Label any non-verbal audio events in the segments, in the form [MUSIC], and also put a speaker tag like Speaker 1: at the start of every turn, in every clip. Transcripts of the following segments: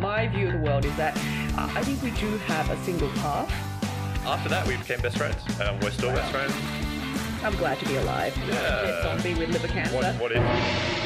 Speaker 1: My view of the world is that uh, I think we do have a single path.
Speaker 2: After that, we became best friends. Um, we're still best friends.
Speaker 1: I'm glad to be alive.
Speaker 2: Yeah.
Speaker 1: It's zombie with liver cancer.
Speaker 2: What, what if?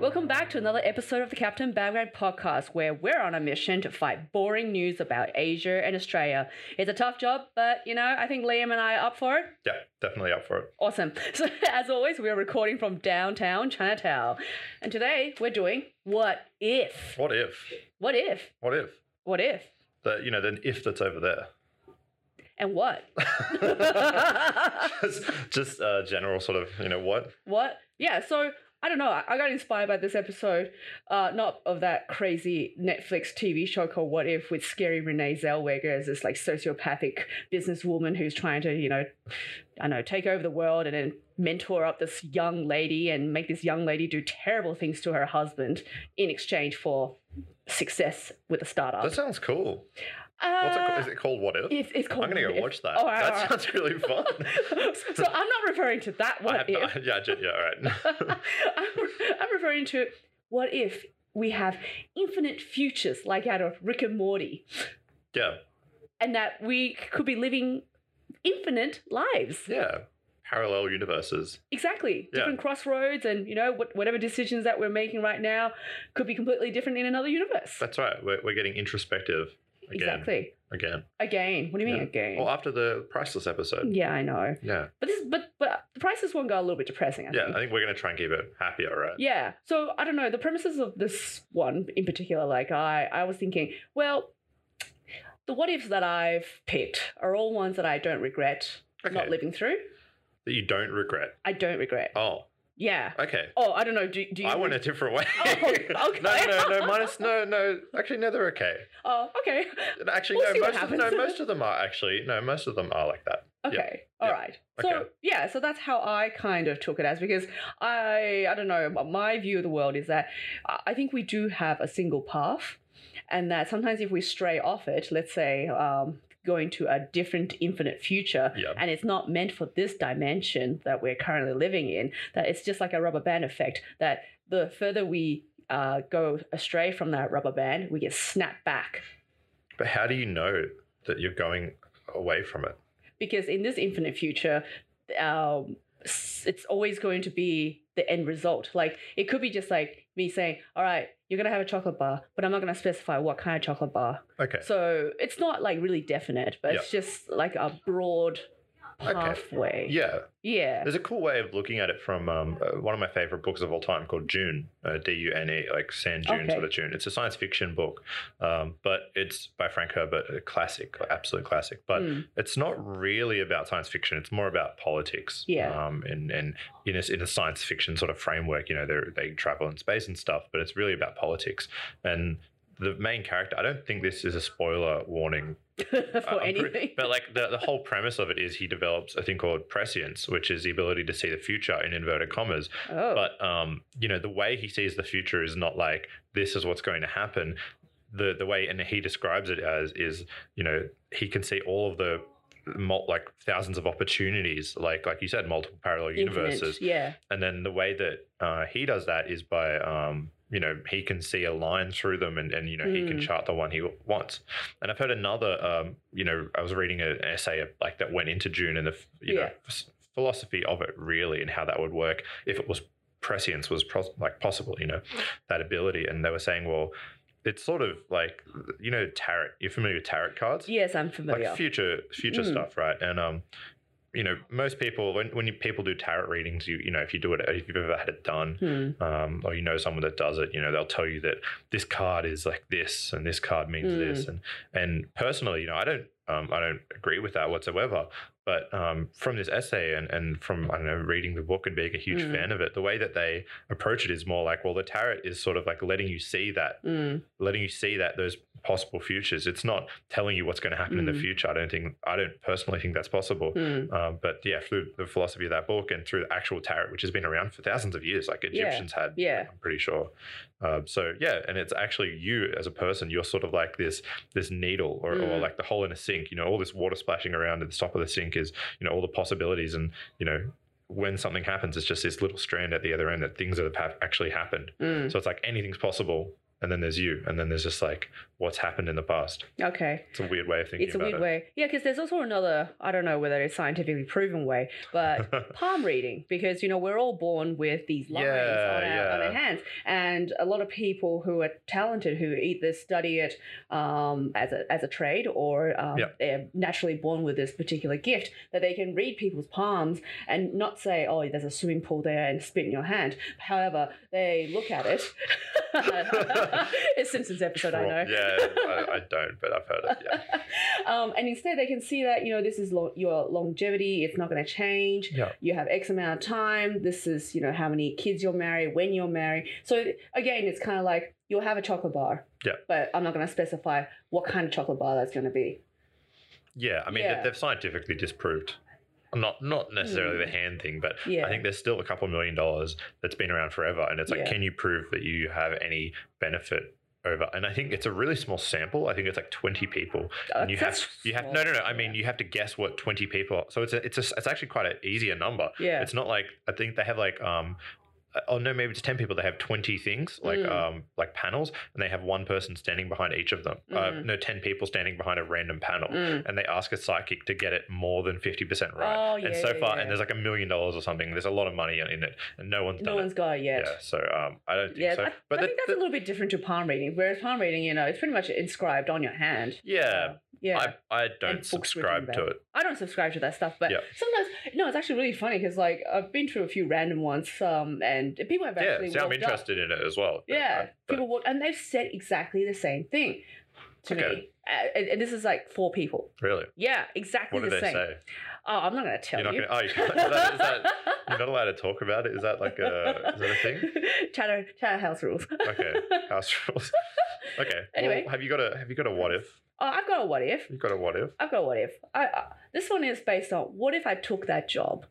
Speaker 1: Welcome back to another episode of the Captain Baghdad podcast, where we're on a mission to fight boring news about Asia and Australia. It's a tough job, but you know, I think Liam and I are up for it.
Speaker 2: Yeah, definitely up for it.
Speaker 1: Awesome. [LAUGHS] So, as always, we are recording from downtown Chinatown. And today we're doing What If?
Speaker 2: What if?
Speaker 1: What if?
Speaker 2: What if?
Speaker 1: What if?
Speaker 2: That you know, then if that's over there. [LAUGHS]
Speaker 1: And what? [LAUGHS]
Speaker 2: just just uh, general sort of you know what
Speaker 1: What? Yeah, so I don't know. I I got inspired by this episode, uh, not of that crazy Netflix TV show called What If with scary Renee Zellweger as this like sociopathic businesswoman who's trying to, you know, I don't know, take over the world and then mentor up this young lady and make this young lady do terrible things to her husband in exchange for success with a startup.
Speaker 2: that sounds cool. What's it,
Speaker 1: Uh,
Speaker 2: ca- is it called? What if?
Speaker 1: It's, it's called
Speaker 2: I'm gonna go
Speaker 1: What If. Oh,
Speaker 2: watch that.
Speaker 1: All right,
Speaker 2: that
Speaker 1: all
Speaker 2: [LAUGHS]
Speaker 1: right.
Speaker 2: sounds really fun.
Speaker 1: so I'm not referring to that [LAUGHS]
Speaker 2: I
Speaker 1: What
Speaker 2: have
Speaker 1: If.
Speaker 2: no- yeah, gen- yeah, all right.
Speaker 1: I'm, [LAUGHS] I'm referring to what if we have infinite futures like out of Rick and Morty,
Speaker 2: [LAUGHS] Yeah,
Speaker 1: and that we could be living infinite lives.
Speaker 2: yeah. Parallel universes.
Speaker 1: Exactly.
Speaker 2: Yeah.
Speaker 1: Different crossroads, and you know, what, whatever decisions that we're making right now could be completely different in another universe.
Speaker 2: That's right. We're, we're getting introspective again.
Speaker 1: Exactly.
Speaker 2: Again.
Speaker 1: Again. What do you mean
Speaker 2: Yeah.
Speaker 1: again?
Speaker 2: Well, after the priceless episode.
Speaker 1: yeah, I know.
Speaker 2: Yeah.
Speaker 1: But this, but but the prices one got a little bit depressing. I
Speaker 2: Yeah.
Speaker 1: think.
Speaker 2: I think we're gonna try and keep it happy. All right.
Speaker 1: Yeah. So I don't know the premises of this one in particular. Like I, I was thinking, well, the what ifs that I've picked are all ones that I don't regret not
Speaker 2: Okay.
Speaker 1: living through.
Speaker 2: That you don't regret.
Speaker 1: I don't regret.
Speaker 2: Oh.
Speaker 1: Yeah.
Speaker 2: Okay.
Speaker 1: Oh, I don't know. Do, do you?
Speaker 2: I went a different way.
Speaker 1: Oh, [LAUGHS] okay.
Speaker 2: [LAUGHS] no, no, no. Minus.
Speaker 1: [LAUGHS]
Speaker 2: No, no. Actually, no. They're okay.
Speaker 1: Oh, okay. [LAUGHS]
Speaker 2: Actually,
Speaker 1: We'll see
Speaker 2: no.
Speaker 1: what
Speaker 2: Most of, no.
Speaker 1: happens.
Speaker 2: Most of them are actually. No. Most of them are like that.
Speaker 1: Okay. all
Speaker 2: yeah,
Speaker 1: right. So
Speaker 2: okay.
Speaker 1: yeah, so that's how I kind of took it as because I I don't know my view of the world is that I I think we do have a single path, and that sometimes if we stray off it, let's say um, going to a different infinite future,
Speaker 2: Yeah.
Speaker 1: and it's not meant for this dimension that we're currently living in, that it's just like a rubber band effect. That the further we uh, go astray from that rubber band, we get snapped back
Speaker 2: But how do you know that you're going away from it?
Speaker 1: because in this infinite future, um, s- it's always going to be the end result. Like it could be just like me saying, "All right, you're gonna have a chocolate bar," but I'm not gonna specify what kind of chocolate bar.
Speaker 2: Okay.
Speaker 1: So it's not like really definite, but it's just like a broad
Speaker 2: Okay.
Speaker 1: pathway.
Speaker 2: Yeah,
Speaker 1: Yeah.
Speaker 2: there's a cool way of looking at it from um, uh, one of my favorite books of all time called June, uh, D U N E, like Sand June
Speaker 1: Okay.
Speaker 2: sort of June. It's a science fiction book, um, but it's by Frank Herbert, a classic, absolute classic. But
Speaker 1: Mm.
Speaker 2: it's not really about science fiction. It's more about politics.
Speaker 1: Yeah.
Speaker 2: Um, and and in a, in a science fiction sort of framework, you know, they they travel in space and stuff, but it's really about politics and. The main character, I don't think this is a spoiler warning,
Speaker 1: [LAUGHS] For
Speaker 2: I'm pre-
Speaker 1: anything.
Speaker 2: but like the, the whole premise of it is he develops a thing called prescience, which is the ability to see the future in inverted commas.
Speaker 1: oh.
Speaker 2: But um, you know, the way he sees the future is not like this is what's going to happen. The the way and he describes it as is, you know, he can see all of the mul- like thousands of opportunities, like like you said, multiple parallel
Speaker 1: Infinite,
Speaker 2: universes.
Speaker 1: Yeah.
Speaker 2: And then the way that uh, he does that is by, um, you know, he can see a line through them and, and you know, he can
Speaker 1: Mm.
Speaker 2: chart the one he wants. And I've heard another, um, you know, I was reading a- an essay of, like that went into June and the, f- you know,
Speaker 1: Yeah.
Speaker 2: s- philosophy of it really and how that would work if it was prescience was pros- like possible, you know, that ability. And they were saying, well, it's sort of like, you know, tarot, you're familiar with tarot cards?
Speaker 1: Yes, I'm familiar.
Speaker 2: like future future
Speaker 1: Mm.
Speaker 2: stuff, right? And um, you know, most people when when you, people do tarot readings, you you know, if you do it, if you've ever had it done,
Speaker 1: Hmm.
Speaker 2: um, or you know someone that does it, you know, they'll tell you that this card is like this, and this card means
Speaker 1: Mm.
Speaker 2: this, and and personally, you know, I don't um, I don't agree with that whatsoever. But um, from this essay and and from I don't know reading the book and being a huge
Speaker 1: Mm.
Speaker 2: fan of it, the way that they approach it is more like, well, the tarot is sort of like letting you see that
Speaker 1: Mm.
Speaker 2: letting you see that those possible futures. It's not telling you what's going to happen in the
Speaker 1: Mm.
Speaker 2: future. I don't think I don't personally think that's possible.
Speaker 1: Mm.
Speaker 2: Um, but yeah, through the philosophy of that book and through the actual tarot, which has been around for thousands of years, like
Speaker 1: Yeah.
Speaker 2: Egyptians had,
Speaker 1: Yeah.
Speaker 2: I'm pretty sure. Um, so yeah, and it's actually you as a person. You're sort of like this this needle, or, or
Speaker 1: Mm.
Speaker 2: like the hole in a sink. You know, all this water splashing around at the top of the sink is you know all the possibilities, and you know when something happens, it's just this little strand at the other end that things that have hap- actually happened.
Speaker 1: Mm.
Speaker 2: So it's like anything's possible and then there's you, and then there's just like what's happened in the past.
Speaker 1: Okay.
Speaker 2: It's a weird way of thinking
Speaker 1: it's a
Speaker 2: about
Speaker 1: weird way. Yeah, because there's also another, I don't know whether it's scientifically proven way,
Speaker 2: [LAUGHS]
Speaker 1: but
Speaker 2: it.
Speaker 1: [LAUGHS] palm reading, because, you know, we're all born with these lines on, our,
Speaker 2: Yeah,
Speaker 1: on
Speaker 2: yeah.
Speaker 1: our hands. And a lot of people who are talented, who either study it um, as, a, as a trade or um,
Speaker 2: Yeah.
Speaker 1: they're naturally born with this particular gift, that they can read people's palms and not say, oh, there's a swimming pool there and spit in your hand. However, they look at
Speaker 2: [LAUGHS]
Speaker 1: it. [LAUGHS] it's Simpsons episode, I
Speaker 2: Troll-
Speaker 1: know
Speaker 2: Yeah, I, I don't, but I've heard it.
Speaker 1: [LAUGHS]
Speaker 2: Yeah.
Speaker 1: um, and instead, they can see that you know this is lo- your longevity; it's not going to change.
Speaker 2: Yeah.
Speaker 1: You have X amount of time. This is you know how many kids you'll marry, when you'll marry. So again, it's kind of like you'll have a chocolate bar.
Speaker 2: Yeah.
Speaker 1: But I'm not going to specify what kind of chocolate bar that's going to be.
Speaker 2: Yeah, I mean
Speaker 1: Yeah.
Speaker 2: They, they've scientifically disproved not not necessarily the hand thing, but
Speaker 1: Hmm. Yeah.
Speaker 2: I think there's still a couple million dollars that's been around forever, and it's like,
Speaker 1: Yeah.
Speaker 2: can you prove that you have any benefit? Over. And I think it's a really small sample. I think it's like twenty people, and you have
Speaker 1: Uh, That's
Speaker 2: you have
Speaker 1: small.
Speaker 2: no no no. I mean, you have to guess what twenty people. So it's a, it's a, it's actually quite an easier number.
Speaker 1: Yeah.
Speaker 2: It's not like I think they have like um oh no maybe it's 10 people they have 20 things like
Speaker 1: Mm.
Speaker 2: um like panels and they have one person standing behind each of them uh,
Speaker 1: Mhm.
Speaker 2: no 10 people standing behind a random panel
Speaker 1: Mm.
Speaker 2: and they ask a psychic to get it more than 50% right
Speaker 1: Oh,
Speaker 2: and
Speaker 1: yeah,
Speaker 2: so
Speaker 1: yeah,
Speaker 2: far
Speaker 1: yeah.
Speaker 2: and there's like a million dollars or something there's a lot of money in it and no one's
Speaker 1: No
Speaker 2: done
Speaker 1: one's got it
Speaker 2: it
Speaker 1: yet.
Speaker 2: yeah so um i don't think
Speaker 1: Yeah,
Speaker 2: so
Speaker 1: I,
Speaker 2: but
Speaker 1: I
Speaker 2: the-
Speaker 1: think that's
Speaker 2: the-
Speaker 1: a little bit different to palm reading. Whereas palm reading, you know, it's pretty much inscribed on your hand.
Speaker 2: yeah,
Speaker 1: yeah.
Speaker 2: I, I don't
Speaker 1: books written
Speaker 2: subscribe to
Speaker 1: there.
Speaker 2: it.
Speaker 1: I don't subscribe to that stuff, but
Speaker 2: Yeah.
Speaker 1: sometimes no, it's actually really funny because like I've been through a few random ones, um, and people have
Speaker 2: Yeah,
Speaker 1: actually
Speaker 2: see, I'm
Speaker 1: walked Up.
Speaker 2: interested in it as well. but
Speaker 1: Yeah,
Speaker 2: I- but-
Speaker 1: people walk, and they've said exactly the same thing to
Speaker 2: Okay.
Speaker 1: me, Uh, and, and this is like four people.
Speaker 2: really,
Speaker 1: Yeah, exactly
Speaker 2: what do
Speaker 1: the
Speaker 2: they
Speaker 1: same.
Speaker 2: say?
Speaker 1: Oh, I'm not gonna tell
Speaker 2: You're not
Speaker 1: you.
Speaker 2: gonna.
Speaker 1: [LAUGHS]
Speaker 2: Oh, [LAUGHS] you can't, is that, is that, you're not allowed to talk about it. Is that like a is that a thing?
Speaker 1: Chatter, chatter house rules. [LAUGHS]
Speaker 2: Okay, house rules. Okay.
Speaker 1: Anyway.
Speaker 2: Well, have you got a have you got a what if?
Speaker 1: Oh, I've got a what if.
Speaker 2: You've got a what if?
Speaker 1: I've got a what if. I, I, this one is based on what if I took that job.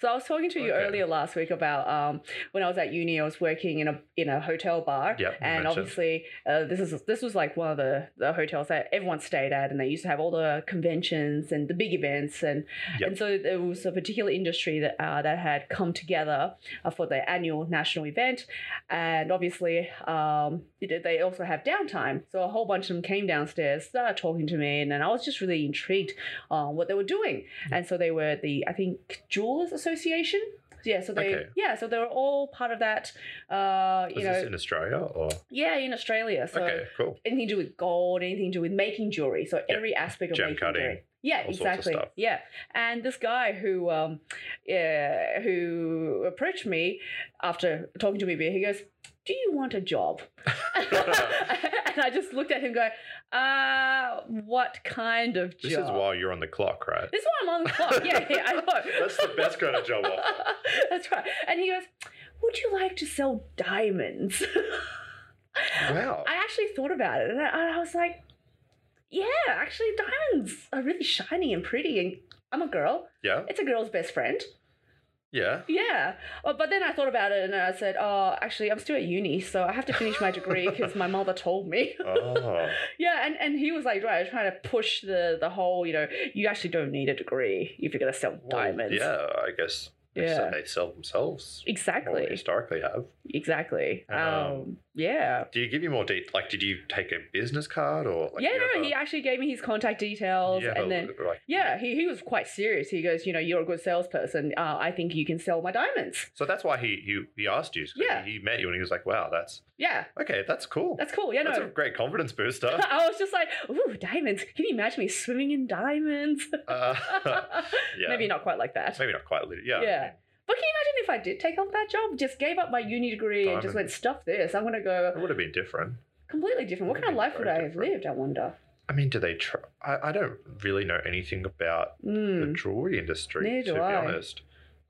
Speaker 1: So I was talking to you
Speaker 2: Okay.
Speaker 1: earlier last week about um, when I was at uni, I was working in a in a hotel bar,
Speaker 2: Yep, you
Speaker 1: and
Speaker 2: mentioned.
Speaker 1: obviously uh, this is this was like one of the, the hotels that everyone stayed at, and they used to have all the conventions and the big events, and
Speaker 2: Yep.
Speaker 1: and so there was a particular industry that uh, that had come together uh, for their annual national event, and obviously um, it- they also have downtime. So a whole bunch of them came downstairs, started talking to me, and, and I was just really intrigued on what they were doing.
Speaker 2: Hmm.
Speaker 1: And so they were the I think Jewelers Association. Yeah, so they
Speaker 2: Okay.
Speaker 1: yeah, so they were all part of that. Uh, you
Speaker 2: Is
Speaker 1: know,
Speaker 2: this in Australia or?
Speaker 1: yeah, in Australia. So
Speaker 2: okay, cool.
Speaker 1: anything to do with gold, anything to do with making jewelry. So
Speaker 2: Yeah.
Speaker 1: every aspect of
Speaker 2: Gem
Speaker 1: making
Speaker 2: cutting,
Speaker 1: jewelry. Yeah,
Speaker 2: all sorts of
Speaker 1: exactly.
Speaker 2: stuff.
Speaker 1: Yeah, and this guy who um, yeah, who approached me after talking to me, he goes, "Do you want a job?" [LAUGHS] and I just looked at him, going, "Uh, what kind of job?"
Speaker 2: This is while you're on the clock,
Speaker 1: [LAUGHS]
Speaker 2: right?
Speaker 1: This is why I'm on the clock. Yeah, yeah, I know.
Speaker 2: [LAUGHS] That's the
Speaker 1: [LAUGHS]
Speaker 2: best kind of job offer.
Speaker 1: That's right. And he goes, "Would you like to sell diamonds?" [LAUGHS]
Speaker 2: Wow.
Speaker 1: I actually thought about it and I, I was like, yeah, actually, diamonds are really shiny and pretty. And I'm a girl,
Speaker 2: yeah.
Speaker 1: it's a girl's best friend. [LAUGHS]
Speaker 2: Yeah.
Speaker 1: Yeah. Uh, But then I thought about it and I said, oh, actually, I'm still at uni, so I have to finish my
Speaker 2: [LAUGHS]
Speaker 1: degree because my mother told me. [LAUGHS]
Speaker 2: Oh.
Speaker 1: yeah. And, and he was like, right, trying to push the, the whole, you know, you actually don't need a degree if you're going to sell
Speaker 2: well,
Speaker 1: diamonds.
Speaker 2: Yeah, I guess. They s-
Speaker 1: Yeah.
Speaker 2: They sell themselves. or they
Speaker 1: Exactly.
Speaker 2: historically have.
Speaker 1: Exactly.
Speaker 2: Um,
Speaker 1: Um, yeah.
Speaker 2: Did you give you more detail? Like, did you take a business card or? Like,
Speaker 1: yeah,
Speaker 2: you
Speaker 1: no,
Speaker 2: have
Speaker 1: he
Speaker 2: a-
Speaker 1: actually gave me his contact details
Speaker 2: you have
Speaker 1: and
Speaker 2: a-
Speaker 1: then
Speaker 2: like,
Speaker 1: Yeah, he, he was quite serious. He goes, you know, you're a good salesperson. Uh, I think you can sell my diamonds.
Speaker 2: So that's why he he, he asked you. 'cause
Speaker 1: Yeah.
Speaker 2: He met you and he was like, "Wow, that's
Speaker 1: Yeah,
Speaker 2: okay. That's cool.
Speaker 1: that's cool. Yeah,
Speaker 2: That's a
Speaker 1: no.
Speaker 2: great confidence
Speaker 1: [LAUGHS]
Speaker 2: booster."
Speaker 1: I was just like, ooh, diamonds. Can you imagine me swimming in diamonds? [LAUGHS]
Speaker 2: uh, [LAUGHS] yeah.
Speaker 1: Maybe not quite like that.
Speaker 2: Maybe not quite. lit- Yeah.
Speaker 1: Yeah. But can you imagine if I did take up that job, just gave up my uni degree and just went,
Speaker 2: Diamonds.
Speaker 1: stuff this. I'm going to go
Speaker 2: It would have been different.
Speaker 1: completely different. What kind of life would I have lived, I wonder?
Speaker 2: I mean, do they try? I, I don't really know anything about the
Speaker 1: Mm.
Speaker 2: jewelry industry,
Speaker 1: Neither
Speaker 2: to
Speaker 1: do
Speaker 2: be
Speaker 1: I.
Speaker 2: honest.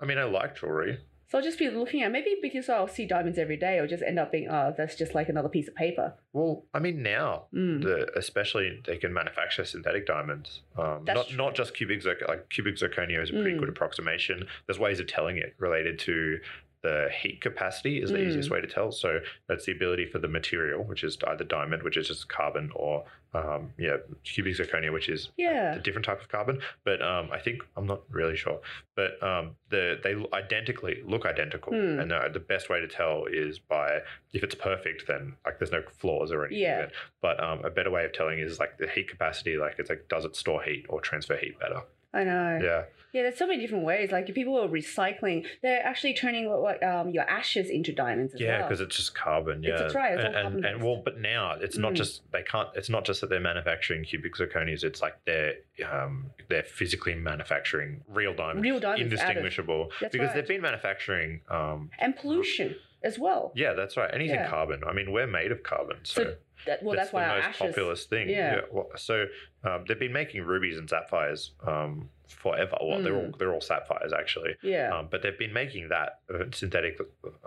Speaker 2: I mean, I like jewelry.
Speaker 1: So I'll just be looking at maybe because I'll see diamonds every day, I'll just end up being, oh, that's just like another piece of paper.
Speaker 2: Well, I mean, now,
Speaker 1: Mm.
Speaker 2: the, especially they can manufacture synthetic diamonds. Um,
Speaker 1: That's
Speaker 2: not
Speaker 1: true.
Speaker 2: not just cubic zircon. Like cubic zirconia is a pretty
Speaker 1: Mm.
Speaker 2: good approximation. There's ways of telling it related to the heat capacity is the
Speaker 1: Mm.
Speaker 2: easiest way to tell. So that's the ability for the material, which is either diamond, which is just carbon, or um, yeah, cubic zirconia, which is
Speaker 1: Yeah.
Speaker 2: a different type of carbon. But um, I think I'm not really sure. But um, the they l- identically look identical,
Speaker 1: Hmm.
Speaker 2: and uh, the, the best way to tell is by if it's perfect, then like there's no flaws or anything. in
Speaker 1: Yeah.
Speaker 2: it. But um, a better way of telling is like the heat capacity. Like it's like does it store heat or transfer heat better?
Speaker 1: I know.
Speaker 2: Yeah.
Speaker 1: Yeah, there's so many different ways. Like if people are recycling, they're actually turning what, what um your ashes into diamonds as
Speaker 2: Yeah,
Speaker 1: well.
Speaker 2: because it's just carbon. Yeah,
Speaker 1: It's- that's right, it's all
Speaker 2: and, and, and
Speaker 1: carbon-based.
Speaker 2: well, but now it's not
Speaker 1: Mm.
Speaker 2: just they can't. It's not just that they're manufacturing cubic zirconias. It's like they're um, they're physically manufacturing real diamonds,
Speaker 1: Real diamonds out of-
Speaker 2: indistinguishable.
Speaker 1: That's
Speaker 2: because
Speaker 1: right.
Speaker 2: they've been manufacturing. Um,
Speaker 1: and pollution as well.
Speaker 2: yeah, that's right. Anything
Speaker 1: Yeah.
Speaker 2: carbon. I mean, we're made of carbon, so,
Speaker 1: So That, well, that's,
Speaker 2: that's
Speaker 1: why
Speaker 2: the
Speaker 1: our
Speaker 2: most
Speaker 1: ashes.
Speaker 2: populous thing.
Speaker 1: Yeah.
Speaker 2: well, so um, they've been making rubies and sapphires um, forever. Well, they're
Speaker 1: Mm.
Speaker 2: all they're all sapphires actually.
Speaker 1: Yeah.
Speaker 2: Um, but they've been making that uh, synthetic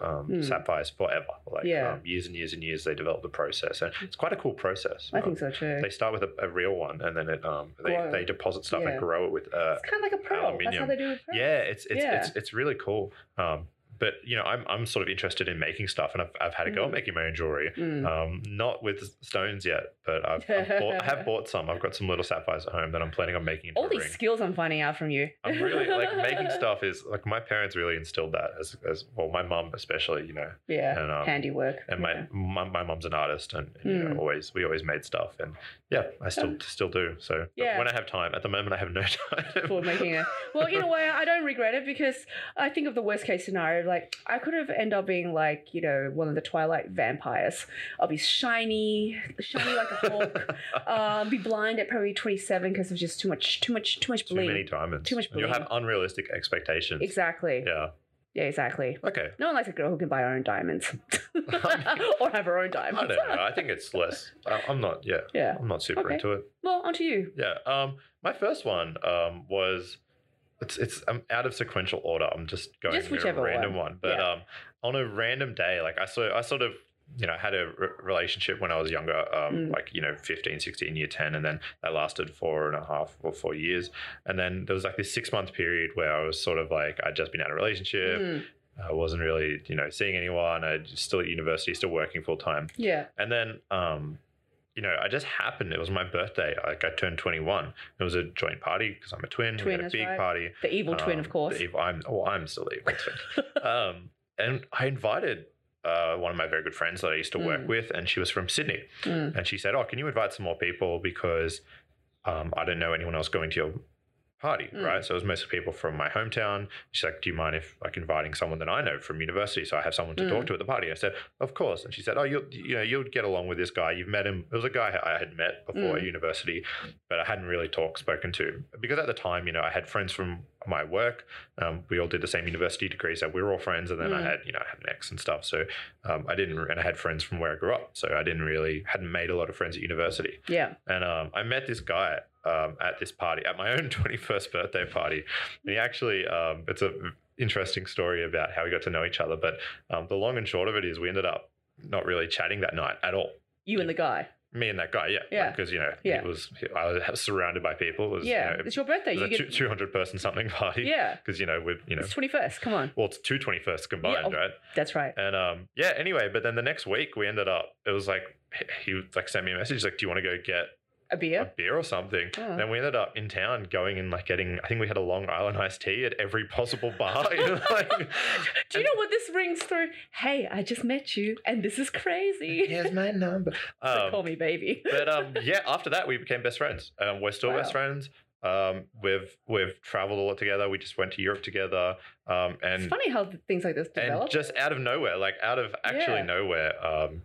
Speaker 2: um,
Speaker 1: Hmm.
Speaker 2: sapphires forever, like
Speaker 1: Yeah.
Speaker 2: um, years and years and years. They develop the process, and it's quite a cool process.
Speaker 1: I
Speaker 2: Um,
Speaker 1: think so too.
Speaker 2: They start with a, a real one, and then it um, they,
Speaker 1: Grow.
Speaker 2: they deposit stuff
Speaker 1: Yeah.
Speaker 2: and grow it with. Uh,
Speaker 1: it's kind of like a pearl. That's how
Speaker 2: aluminium.
Speaker 1: they do with pearls.
Speaker 2: yeah, it's it's,
Speaker 1: Yeah.
Speaker 2: it's it's really cool. Um, but you know, I'm I'm sort of interested in making stuff, and I've I've had a go at
Speaker 1: Mm.
Speaker 2: making my own jewelry.
Speaker 1: Mm.
Speaker 2: Um, not with s- stones yet, but I've, I've
Speaker 1: [LAUGHS]
Speaker 2: bought, I have bought some. I've got some little sapphires at home that I'm planning on making into
Speaker 1: All
Speaker 2: a
Speaker 1: these
Speaker 2: ring.
Speaker 1: skills I'm finding out from you.
Speaker 2: I'm really like
Speaker 1: [LAUGHS]
Speaker 2: making stuff is like my parents really instilled that as as well my mum especially you know
Speaker 1: Yeah.
Speaker 2: and um,
Speaker 1: Handiwork.
Speaker 2: and my
Speaker 1: yeah.
Speaker 2: my my mum's an artist and, and, you
Speaker 1: Mm.
Speaker 2: know always we always made stuff and yeah I still still do so but
Speaker 1: Oh. Yeah.
Speaker 2: when I have time at the moment I have no [LAUGHS] time
Speaker 1: for making
Speaker 2: [LAUGHS]
Speaker 1: it. Well, in a way, I don't regret it because I think of the worst case scenario. Like, I could have ended up being like, you know, one of the Twilight vampires. I'll be shiny, shiny like a
Speaker 2: [LAUGHS]
Speaker 1: hawk. um, be blind at probably 27 because of just too much, too much, too much
Speaker 2: too
Speaker 1: bling.
Speaker 2: many diamonds
Speaker 1: Too much
Speaker 2: you have unrealistic expectations
Speaker 1: Exactly. Yeah.
Speaker 2: yeah
Speaker 1: exactly.
Speaker 2: okay
Speaker 1: No one likes a girl who can buy her own
Speaker 2: [LAUGHS]
Speaker 1: diamonds [LAUGHS] or have her own
Speaker 2: I
Speaker 1: diamonds.
Speaker 2: don't know I think it's less I, I'm not yeah
Speaker 1: [LAUGHS] Yeah.
Speaker 2: I'm not super
Speaker 1: Okay.
Speaker 2: into it
Speaker 1: Well, onto you.
Speaker 2: yeah um my first one um was it's it's I'm out of sequential order. I'm just going
Speaker 1: Just
Speaker 2: with
Speaker 1: whichever
Speaker 2: a random
Speaker 1: one.
Speaker 2: one. But
Speaker 1: Yeah.
Speaker 2: um on a random day, like I saw I sort of you know had a re- relationship when I was younger, um
Speaker 1: Mm.
Speaker 2: like you know 15, 16, year 10 and then that lasted four and a half or four years. And then there was like this 6 month period where I was sort of like I'd just been out of a relationship.
Speaker 1: Mm,
Speaker 2: I wasn't really, you know, seeing anyone. I was still at university, still working full time.
Speaker 1: yeah.
Speaker 2: And then, um, you know, I just happened. It was my birthday. Like I turned twenty-one. It was a joint party because I'm a twin.
Speaker 1: Twin,
Speaker 2: we had a
Speaker 1: that's
Speaker 2: big
Speaker 1: right.
Speaker 2: party.
Speaker 1: The evil twin,
Speaker 2: Um,
Speaker 1: of course.
Speaker 2: the ev- I'm oh, I'm still the evil
Speaker 1: [LAUGHS]
Speaker 2: twin. um, and I invited uh, one of my very good friends that I used to work
Speaker 1: Mm.
Speaker 2: with, and she was from Sydney.
Speaker 1: Mm.
Speaker 2: And she said, "Oh, can you invite some more people because um, I don't know anyone else going to your party,
Speaker 1: Mm.
Speaker 2: right?" So it was mostly people from my hometown. She's like, "Do you mind if like inviting someone that I know from university so I have someone to
Speaker 1: Mm.
Speaker 2: talk to at the party?" I said, "Of course." And she said, "Oh, you will you know you'll get along with this guy. You've met him. It was a guy I had met before at
Speaker 1: Mm.
Speaker 2: university, but I hadn't really talked spoken to because at the time, you know, I had friends from my work. Um, we all did the same university degrees, so we were all friends. And then I
Speaker 1: Mm.
Speaker 2: had you know I had an ex and stuff, so um, I didn't, and I had friends from where I grew up, so I didn't really hadn't made a lot of friends at university.
Speaker 1: yeah.
Speaker 2: And um, I met this guy um, at this party at my own [LAUGHS] twenty first birthday party. And he actually, um, it's a interesting story about how we got to know each other. But um, the long and short of it is, we ended up not really chatting that night at all.
Speaker 1: You and the guy.
Speaker 2: Me and that guy, yeah,
Speaker 1: Yeah.
Speaker 2: because you know
Speaker 1: Yeah.
Speaker 2: it was I was [LAUGHS] surrounded by people. It was, you
Speaker 1: Yeah.
Speaker 2: know,
Speaker 1: it's your birthday.
Speaker 2: it
Speaker 1: You
Speaker 2: was a
Speaker 1: get.
Speaker 2: two hundred person something [LAUGHS] party.
Speaker 1: yeah.
Speaker 2: because you know we're you know
Speaker 1: It's 21st. Come on.
Speaker 2: well it's two twenty firsts combined,
Speaker 1: oh,
Speaker 2: right?
Speaker 1: That's right.
Speaker 2: And um, yeah, anyway, but then the next week we ended up, it was like, he- he like sent me a message, like, do you want to go get
Speaker 1: A
Speaker 2: a
Speaker 1: beer?
Speaker 2: beer or something?
Speaker 1: Oh.
Speaker 2: Then we ended up in town going and like getting, I think we had a Long Island iced tea at every possible bar. you know, like,
Speaker 1: [LAUGHS] Do you know what this rings through? Hey, I just met you and this is crazy.
Speaker 2: here's my number.
Speaker 1: [LAUGHS] So
Speaker 2: Um,
Speaker 1: call me baby.
Speaker 2: but um, yeah, after that we became best friends. Um, we're still best
Speaker 1: Wow.
Speaker 2: friends. Um, we've we've traveled a lot together. We just went to Europe together. Um, and
Speaker 1: it's funny how th- things like this develop.
Speaker 2: and just out of nowhere, like out of actually um,
Speaker 1: Yeah.
Speaker 2: um,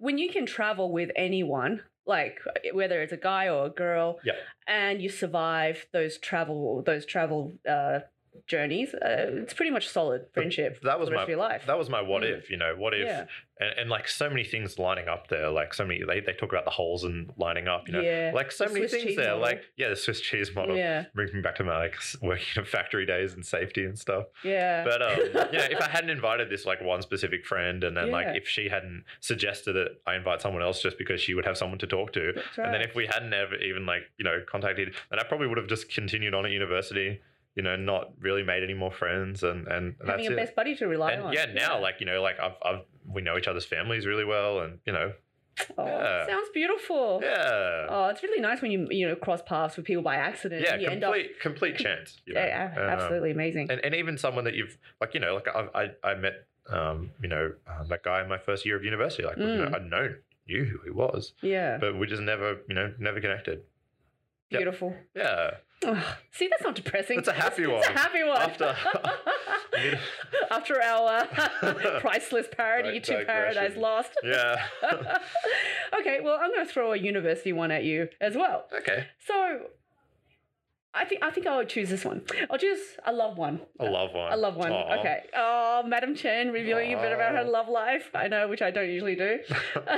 Speaker 1: Hmm.
Speaker 2: uh,
Speaker 1: uh, journeys. Uh, it's pretty much solid friendship.
Speaker 2: that was
Speaker 1: for the rest
Speaker 2: my-
Speaker 1: of your life.
Speaker 2: That was my what
Speaker 1: Mm.
Speaker 2: if, you know, what if,
Speaker 1: Yeah.
Speaker 2: and, and like so many things lining up there, like so many, they, they talk about the holes and lining up, you know,
Speaker 1: Yeah.
Speaker 2: like so
Speaker 1: The
Speaker 2: many
Speaker 1: Swiss
Speaker 2: things
Speaker 1: cheese
Speaker 2: there,
Speaker 1: model.
Speaker 2: like, yeah, the Swiss cheese model,
Speaker 1: yeah,
Speaker 2: brings me back to my like s- working in factory days and safety and stuff.
Speaker 1: yeah,
Speaker 2: But um, you know, if
Speaker 1: [LAUGHS]
Speaker 2: I hadn't invited this like one specific friend, and then
Speaker 1: Yeah.
Speaker 2: like if she hadn't suggested that I invite someone else just because she would have someone to talk to,
Speaker 1: That's
Speaker 2: and then
Speaker 1: right.
Speaker 2: if we hadn't ever even like you know contacted, then I probably would have just continued on at university. You know, not really made any more friends, and and
Speaker 1: having
Speaker 2: that's
Speaker 1: a
Speaker 2: it.
Speaker 1: best buddy to rely
Speaker 2: and
Speaker 1: on.
Speaker 2: yeah, now like you know, like I've, I've we know each other's families really well, and you know,
Speaker 1: Oh,
Speaker 2: yeah.
Speaker 1: sounds beautiful.
Speaker 2: yeah,
Speaker 1: Oh, it's really nice when you you know cross paths with people by accident.
Speaker 2: yeah,
Speaker 1: and you
Speaker 2: complete
Speaker 1: end up
Speaker 2: complete chance. You know?
Speaker 1: yeah, a-
Speaker 2: Um,
Speaker 1: absolutely amazing.
Speaker 2: and, and even someone that you've like you know like I I, I met um you know uh, that guy in my first year of university like you know,
Speaker 1: Mm.
Speaker 2: I'd known knew who he was
Speaker 1: yeah,
Speaker 2: but we just never you know never connected yeah.
Speaker 1: beautiful.
Speaker 2: yeah
Speaker 1: [LAUGHS] Ugh, See, that's not depressing.
Speaker 2: That's a happy
Speaker 1: [LAUGHS] It's a
Speaker 2: one.
Speaker 1: happy one.
Speaker 2: After- [LAUGHS]
Speaker 1: [LAUGHS]
Speaker 2: Mid-
Speaker 1: After our
Speaker 2: [LAUGHS]
Speaker 1: uh, priceless parody
Speaker 2: Right,
Speaker 1: to Paradise
Speaker 2: digression.
Speaker 1: Lost. [LAUGHS]
Speaker 2: yeah
Speaker 1: okay, well, I'm going to throw a university one at you as well.
Speaker 2: okay
Speaker 1: So, I think I think I would choose this one. I'll choose a love one. [LAUGHS]
Speaker 2: I love one
Speaker 1: I love one.
Speaker 2: Aw.
Speaker 1: Okay. Oh, Madam Chen revealing a bit about her
Speaker 2: Aw.
Speaker 1: love life. I know, which I don't usually
Speaker 2: [LAUGHS]
Speaker 1: do. [LAUGHS]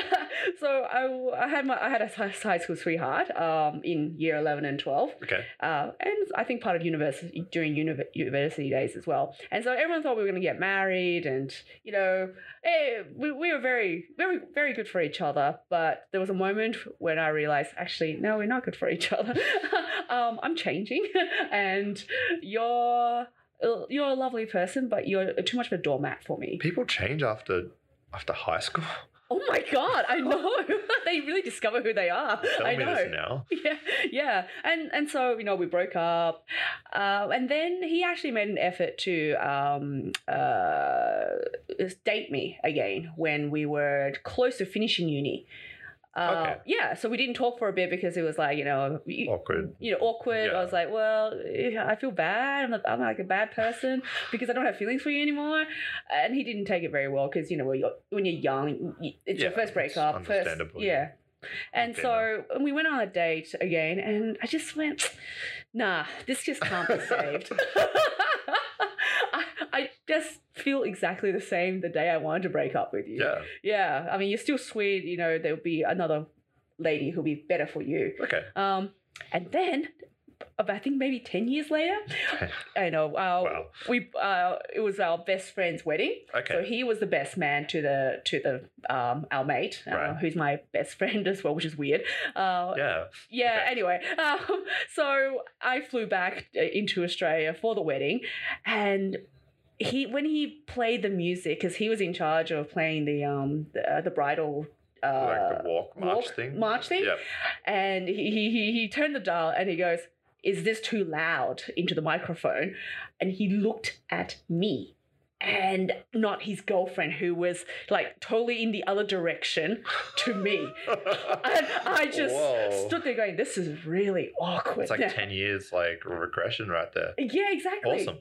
Speaker 1: so I, w- I had my I had a hi- high school sweetheart um, in year eleven and twelve,
Speaker 2: okay
Speaker 1: uh, and I think part of university during univ- university days as well. And so everyone thought we were going to get married, and you know, eh, we, we were very very very good for each other. But there was a moment when I realized actually no, we're not good for each other. [LAUGHS] um, I'm changing, [LAUGHS] and you're you're a lovely person, but you're too much of a doormat for me.
Speaker 2: people change after after high school [LAUGHS]
Speaker 1: Oh my god, I know. [LAUGHS] they really discover who they are.
Speaker 2: tell
Speaker 1: I
Speaker 2: me
Speaker 1: know.
Speaker 2: this now
Speaker 1: [LAUGHS] Yeah, yeah, and and so you know we broke up, um, and then he actually made an effort to um, uh, date me again when we were close to finishing uni. Uh,
Speaker 2: Okay.
Speaker 1: Yeah, so we didn't talk for a bit because it was like you know you-
Speaker 2: Awkward.
Speaker 1: You know, awkward.
Speaker 2: Yeah.
Speaker 1: I was like, well, eh, I feel bad. I'm, a, I'm like a bad person because I don't have feelings for you anymore. And he didn't take it very well because you know when you're, when you're young, y- it's your
Speaker 2: Yeah,
Speaker 1: first
Speaker 2: it's
Speaker 1: breakup.
Speaker 2: understandable,
Speaker 1: First, yeah. And
Speaker 2: Okay,
Speaker 1: so we went on a date again, and I just went, nah, this just can't be
Speaker 2: [LAUGHS]
Speaker 1: saved. [LAUGHS] I, I just feel exactly the same the day I wanted to break up with you.
Speaker 2: yeah
Speaker 1: Yeah, I mean, you're still sweet, you know, there'll be another lady who'll be better for you.
Speaker 2: okay
Speaker 1: Um, and then, about, I think maybe 10 years
Speaker 2: [LAUGHS]
Speaker 1: later, I know, uh,
Speaker 2: Wow.
Speaker 1: we, uh, it was our best friend's wedding. So
Speaker 2: okay
Speaker 1: he was the best man to the to the um our mate, uh,
Speaker 2: Right.
Speaker 1: who's my best friend [LAUGHS] as well, which is weird. Uh, yeah.
Speaker 2: yeah okay.
Speaker 1: Anyway, um, [LAUGHS] so I flew back uh, into Australia for the wedding, and he when he played the music because he was in charge of playing the um the, uh, the bridal. Uh,
Speaker 2: like the walk march
Speaker 1: walk-
Speaker 2: thing
Speaker 1: march thing,
Speaker 2: yeah
Speaker 1: and he, he he he turned the dial and he goes, "Is this too loud?" into the microphone, and he looked at me, and not his girlfriend who was like totally in the other direction to
Speaker 2: [LAUGHS]
Speaker 1: me. [LAUGHS] And I just
Speaker 2: Whoa.
Speaker 1: stood there going, "This is really awkward."
Speaker 2: it's like
Speaker 1: now."
Speaker 2: 10 years like regression right there
Speaker 1: [LAUGHS] Yeah, exactly.
Speaker 2: awesome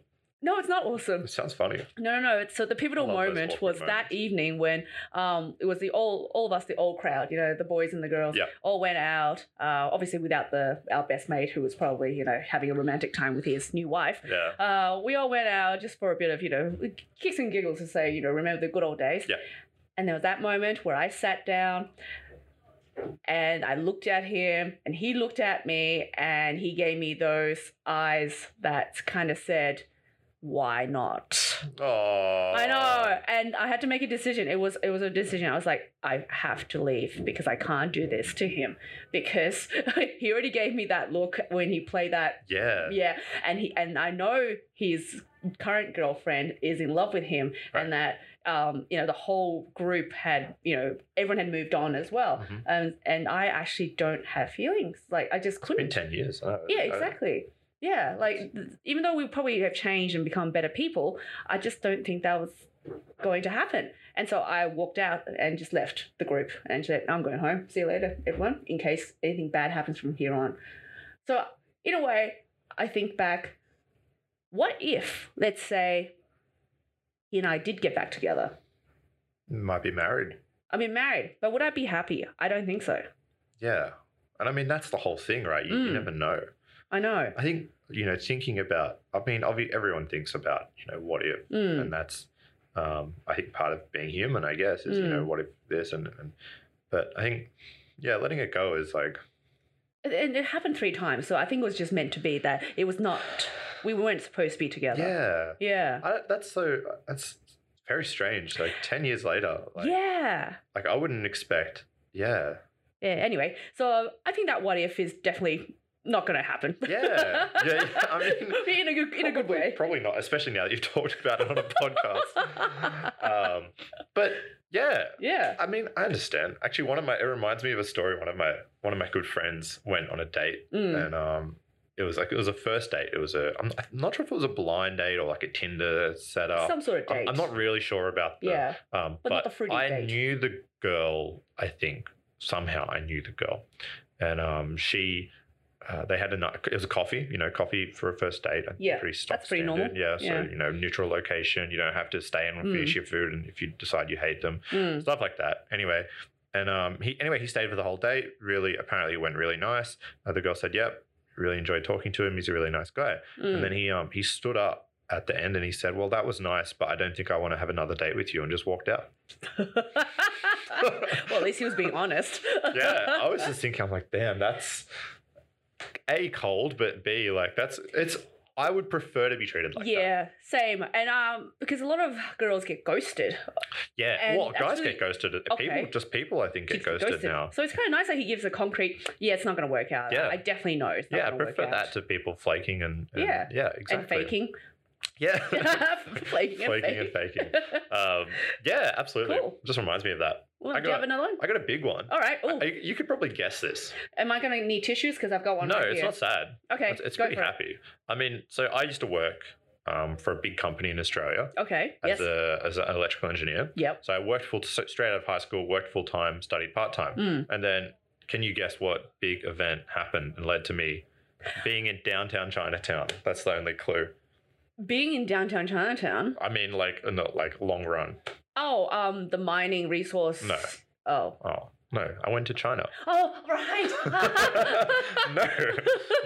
Speaker 1: No, it's not awesome.
Speaker 2: it sounds funny
Speaker 1: No, no, no. It's, so the pivotal
Speaker 2: I love those
Speaker 1: moment
Speaker 2: awkward
Speaker 1: was that
Speaker 2: moments.
Speaker 1: evening when um, it was the all all of us, the old crowd, you know, the boys and the girls,
Speaker 2: Yeah.
Speaker 1: all went out. Uh, obviously, without the our best mate, who was probably you know having a romantic time with his new wife.
Speaker 2: yeah
Speaker 1: Uh, we all went out just for a bit of you know kicks and giggles to say you know remember the good old days.
Speaker 2: Yeah.
Speaker 1: And there was that moment where I sat down. And I looked at him, and he looked at me, and he gave me those eyes that kind of said, "Why not?"
Speaker 2: Oh,
Speaker 1: I know, and I had to make a decision. It was it was a decision. I was like, I have to leave because I can't do this to him because [LAUGHS] he already gave me that look when he played that.
Speaker 2: Yeah.
Speaker 1: Yeah, and he and I know his current girlfriend is in love with him, and that um, you know the whole group had you know everyone had moved on as well,
Speaker 2: Mhm.
Speaker 1: and and I actually don't have feelings. Like I just
Speaker 2: It's been
Speaker 1: couldn't.
Speaker 2: 10 years. I-
Speaker 1: Yeah,
Speaker 2: I-
Speaker 1: exactly. Yeah, like th- even though we probably have changed and become better people, I just don't think that was going to happen. And so I walked out and just left the group and said, "I'm going home. See you later, everyone. In case anything bad happens from here on." So in a way, I think back. What if, let's say, he and I did get back together?
Speaker 2: Might be married.
Speaker 1: I mean, married, but would I be happy? I don't think so.
Speaker 2: Yeah. And I mean, that's the whole thing, right? You, you
Speaker 1: Mm.
Speaker 2: never know.
Speaker 1: I know.
Speaker 2: I think you know, thinking about, I mean, obvi- everyone thinks about, you know, what if,
Speaker 1: Mm.
Speaker 2: and that's, um, I think part of being human, I guess, is you know,
Speaker 1: Mm.
Speaker 2: what if this and, and, but I think, yeah, letting it go is like,
Speaker 1: And- And it happened three times, so I think it was just meant to be that it was not. We weren't supposed to be together.
Speaker 2: yeah,
Speaker 1: Yeah.
Speaker 2: I, that's so, that's very strange. Like ten years later, like,
Speaker 1: yeah.
Speaker 2: like I wouldn't expect,
Speaker 1: [LAUGHS]
Speaker 2: yeah,
Speaker 1: Yeah. Anyway, so I think that what if is definitely not going to happen.
Speaker 2: yeah, yeah, yeah.
Speaker 1: [LAUGHS]
Speaker 2: I mean,
Speaker 1: in a good in a good
Speaker 2: Probably-
Speaker 1: way.
Speaker 2: Probably not, especially now that you've [LAUGHS] talked about it on a podcast. um, but yeah,
Speaker 1: [LAUGHS] Yeah.
Speaker 2: I mean, I understand. Actually, one of my it reminds me of a story. One of my one of my good friends went on a date,
Speaker 1: Mm.
Speaker 2: and um, it was like it was a first date. It was a I'm I'm not sure if it was a blind date or like a Tinder setup.
Speaker 1: Some sort of date.
Speaker 2: I'm, I'm not really sure about the
Speaker 1: Yeah.
Speaker 2: um,
Speaker 1: But
Speaker 2: but
Speaker 1: not the fruity
Speaker 2: I
Speaker 1: date.
Speaker 2: knew the girl. I think somehow I knew the girl, and um, she. Uh, they had a night. It was a coffee, you know, coffee for a first date. I think
Speaker 1: Yeah,
Speaker 2: pretty stock
Speaker 1: that's pretty
Speaker 2: standard.
Speaker 1: normal.
Speaker 2: Yeah, so
Speaker 1: Yeah. Hmm.
Speaker 2: you know, neutral location. You don't have to stay and finish your food, and if you decide you hate them,
Speaker 1: Mm.
Speaker 2: stuff like that. Anyway, and um, he anyway he stayed for the whole day. Really, apparently, it went really nice. Uh, the girl said, "Yep, really enjoyed talking to him. He's a really nice guy."
Speaker 1: Mm.
Speaker 2: And then he um he stood up at the end and he said, "Well, that was nice, but I don't think I want to have another date with you," and just walked out.
Speaker 1: [LAUGHS]
Speaker 2: [LAUGHS]
Speaker 1: well, at least he was being honest.
Speaker 2: Yeah,
Speaker 1: [LAUGHS]
Speaker 2: I was just thinking, I'm like, damn, that's a cold, but b like that's it's. I would prefer to be treated like that.
Speaker 1: yeah, same. And um, because a lot of girls get ghosted.
Speaker 2: Yeah,
Speaker 1: And
Speaker 2: well, guys
Speaker 1: actually-
Speaker 2: get ghosted. uh, People,
Speaker 1: okay.
Speaker 2: just people, I think get
Speaker 1: Kids get
Speaker 2: ghosted, now.
Speaker 1: So it's kind of nice that he gives a concrete. Yeah, it's not going to work out.
Speaker 2: Yeah.
Speaker 1: I definitely know. It's not
Speaker 2: Yeah, I
Speaker 1: gonna work
Speaker 2: prefer
Speaker 1: out."
Speaker 2: that to people flaking and, and-
Speaker 1: Yeah.
Speaker 2: yeah, exactly.
Speaker 1: And faking,
Speaker 2: [LAUGHS]
Speaker 1: [LAUGHS]
Speaker 2: Yeah.
Speaker 1: flaking, and
Speaker 2: flaking
Speaker 1: faking.
Speaker 2: and faking. Um, yeah, absolutely.
Speaker 1: Cool.
Speaker 2: Just reminds me of that.
Speaker 1: [LAUGHS] Well,
Speaker 2: I
Speaker 1: do you
Speaker 2: got-
Speaker 1: have another one?
Speaker 2: I got a big one.
Speaker 1: All right.
Speaker 2: I-
Speaker 1: Oh,
Speaker 2: you could probably guess this.
Speaker 1: am I going to need tissues? Because I've got one.
Speaker 2: no,
Speaker 1: right
Speaker 2: it's
Speaker 1: here.
Speaker 2: not sad.
Speaker 1: Okay,
Speaker 2: it's it's
Speaker 1: go
Speaker 2: pretty
Speaker 1: for it.
Speaker 2: happy. I mean, so I used to work um, for a big company in Australia
Speaker 1: Okay. Yes.
Speaker 2: as a as an electrical engineer.
Speaker 1: Yep.
Speaker 2: So I worked full so straight out of high school, worked full time, studied part time,
Speaker 1: Mm.
Speaker 2: and then can you guess what big event happened and led to me being in downtown Chinatown? That's the only clue.
Speaker 1: Being in downtown Chinatown.
Speaker 2: I mean, like in the like long run.
Speaker 1: Oh, um, the mining resource.
Speaker 2: No.
Speaker 1: Oh.
Speaker 2: Oh no, I went to
Speaker 1: [LAUGHS]
Speaker 2: China. [LAUGHS]
Speaker 1: Oh, [LAUGHS] right.
Speaker 2: no,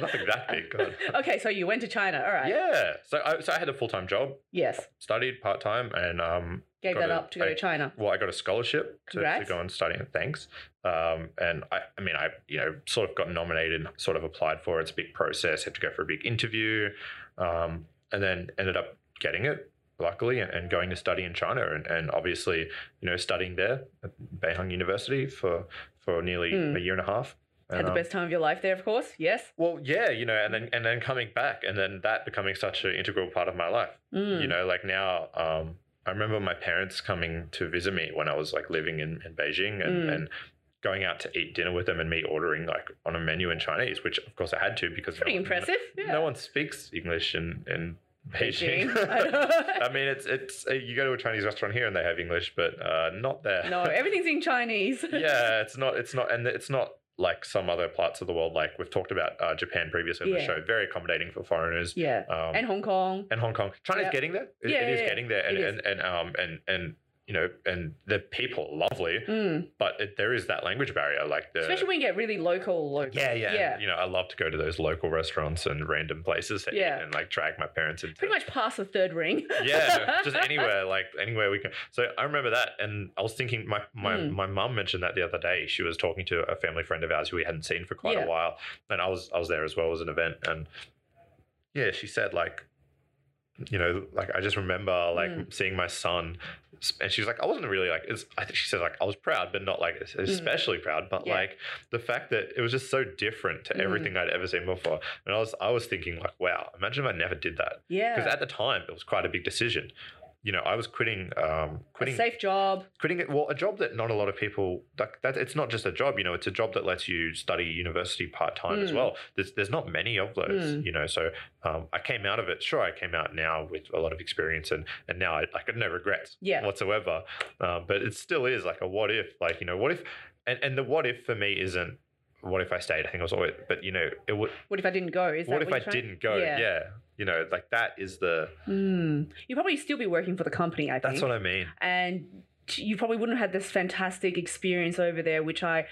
Speaker 2: nothing that big. God.
Speaker 1: okay, so you went to China. All right.
Speaker 2: Yeah. So I, so I had a full time job,
Speaker 1: Yes.
Speaker 2: studied part time, and um,
Speaker 1: Gave
Speaker 2: Got
Speaker 1: that
Speaker 2: it.
Speaker 1: up to go
Speaker 2: I-
Speaker 1: to China.
Speaker 2: well, I got a scholarship to, to
Speaker 1: Congrats.
Speaker 2: go and study. Thanks. Um, and I, I mean, I you know sort of got nominated, sort of applied for. it. It's a big process. Had to go for a big interview, um, and then ended up getting it. Luckily, and, and going to study in China, and, and obviously, you know, studying there at Beihang University for for nearly
Speaker 1: Mm.
Speaker 2: a year and a half.
Speaker 1: Had
Speaker 2: And,
Speaker 1: the
Speaker 2: um,
Speaker 1: best time of your life there, of course. Yes.
Speaker 2: Well, yeah, you know, and then and then coming back, and then that becoming such an integral part of my life.
Speaker 1: Mm.
Speaker 2: You know, like now, um, I remember my parents coming to visit me when I was like living in, in Beijing, and,
Speaker 1: Mm.
Speaker 2: and going out to eat dinner with them, and me ordering like on a menu in Chinese, which of course I had to because
Speaker 1: Pretty
Speaker 2: no,
Speaker 1: impressive.
Speaker 2: No,
Speaker 1: yeah.
Speaker 2: no one speaks English in in [LAUGHS] Beijing.
Speaker 1: Beijing.
Speaker 2: I mean, it's it's uh, you go to a Chinese restaurant here and they have English, but uh, not there.
Speaker 1: no, everything's in Chinese.
Speaker 2: [LAUGHS] yeah, it's not, it's not, and it's not like some other parts of the world. Like we've talked about uh, Japan previously on the
Speaker 1: Yeah.
Speaker 2: show, very accommodating for foreigners.
Speaker 1: [LAUGHS] Yeah.
Speaker 2: Um,
Speaker 1: And Hong Kong.
Speaker 2: and Hong Kong, China's
Speaker 1: Yeah.
Speaker 2: getting there. It,
Speaker 1: Yeah,
Speaker 2: it is
Speaker 1: yeah, yeah.
Speaker 2: getting there, and,
Speaker 1: It is.
Speaker 2: and and um and and you know, and the people are lovely,
Speaker 1: Mm.
Speaker 2: but it, there is that language barrier, like the.
Speaker 1: Especially when you get really local, local.
Speaker 2: yeah, yeah,
Speaker 1: Yeah.
Speaker 2: and, You know, I love to go to those local restaurants and random places to eat
Speaker 1: Yeah.
Speaker 2: and like drag my parents into
Speaker 1: Pretty much past the third ring. [LAUGHS]
Speaker 2: yeah, just anywhere, like anywhere we can. So I remember that, and I was thinking, my my
Speaker 1: Mm.
Speaker 2: my mum mentioned that the other day. She was talking to a family friend of ours who we hadn't seen for quite
Speaker 1: Yeah.
Speaker 2: a while, and I was I was there as well as an event, and yeah, she said like, you know, like I just remember like
Speaker 1: Mm.
Speaker 2: seeing my son, s- and she was like, I wasn't really like, it's, I think she said like I was proud, but not like es- especially proud, but
Speaker 1: Hmm. Yeah.
Speaker 2: like the fact that it was just so different to
Speaker 1: Mm.
Speaker 2: everything I'd ever seen before, and I was I was thinking like, wow, imagine if I never did that because
Speaker 1: yeah.
Speaker 2: at the time it was quite a big decision. You know, I was quitting, um,
Speaker 1: a
Speaker 2: quitting,
Speaker 1: safe job.
Speaker 2: quitting it. Well, a job that not a lot of people like that. It's not just a job. You know, it's a job that lets you study university part time as
Speaker 1: Mm.
Speaker 2: well. There's there's not many of those.
Speaker 1: Mm.
Speaker 2: You know, so um, I came out of it. Sure, I came out now with a lot of experience, and and now I like I've no regrets
Speaker 1: Yeah.
Speaker 2: whatsoever. Um, but it still is like a what if. Like you know, what if, and and the what if for me isn't. What if I stayed? I think I was always, but you know, it would.
Speaker 1: What if I didn't go? Is
Speaker 2: What
Speaker 1: that
Speaker 2: if
Speaker 1: you're
Speaker 2: I
Speaker 1: trying-
Speaker 2: didn't go?
Speaker 1: Yeah.
Speaker 2: yeah, you know, like that is the.
Speaker 1: Mm. You'd probably still be working for the company, I think.
Speaker 2: That's what I mean.
Speaker 1: and you probably wouldn't have had this fantastic experience over there, which I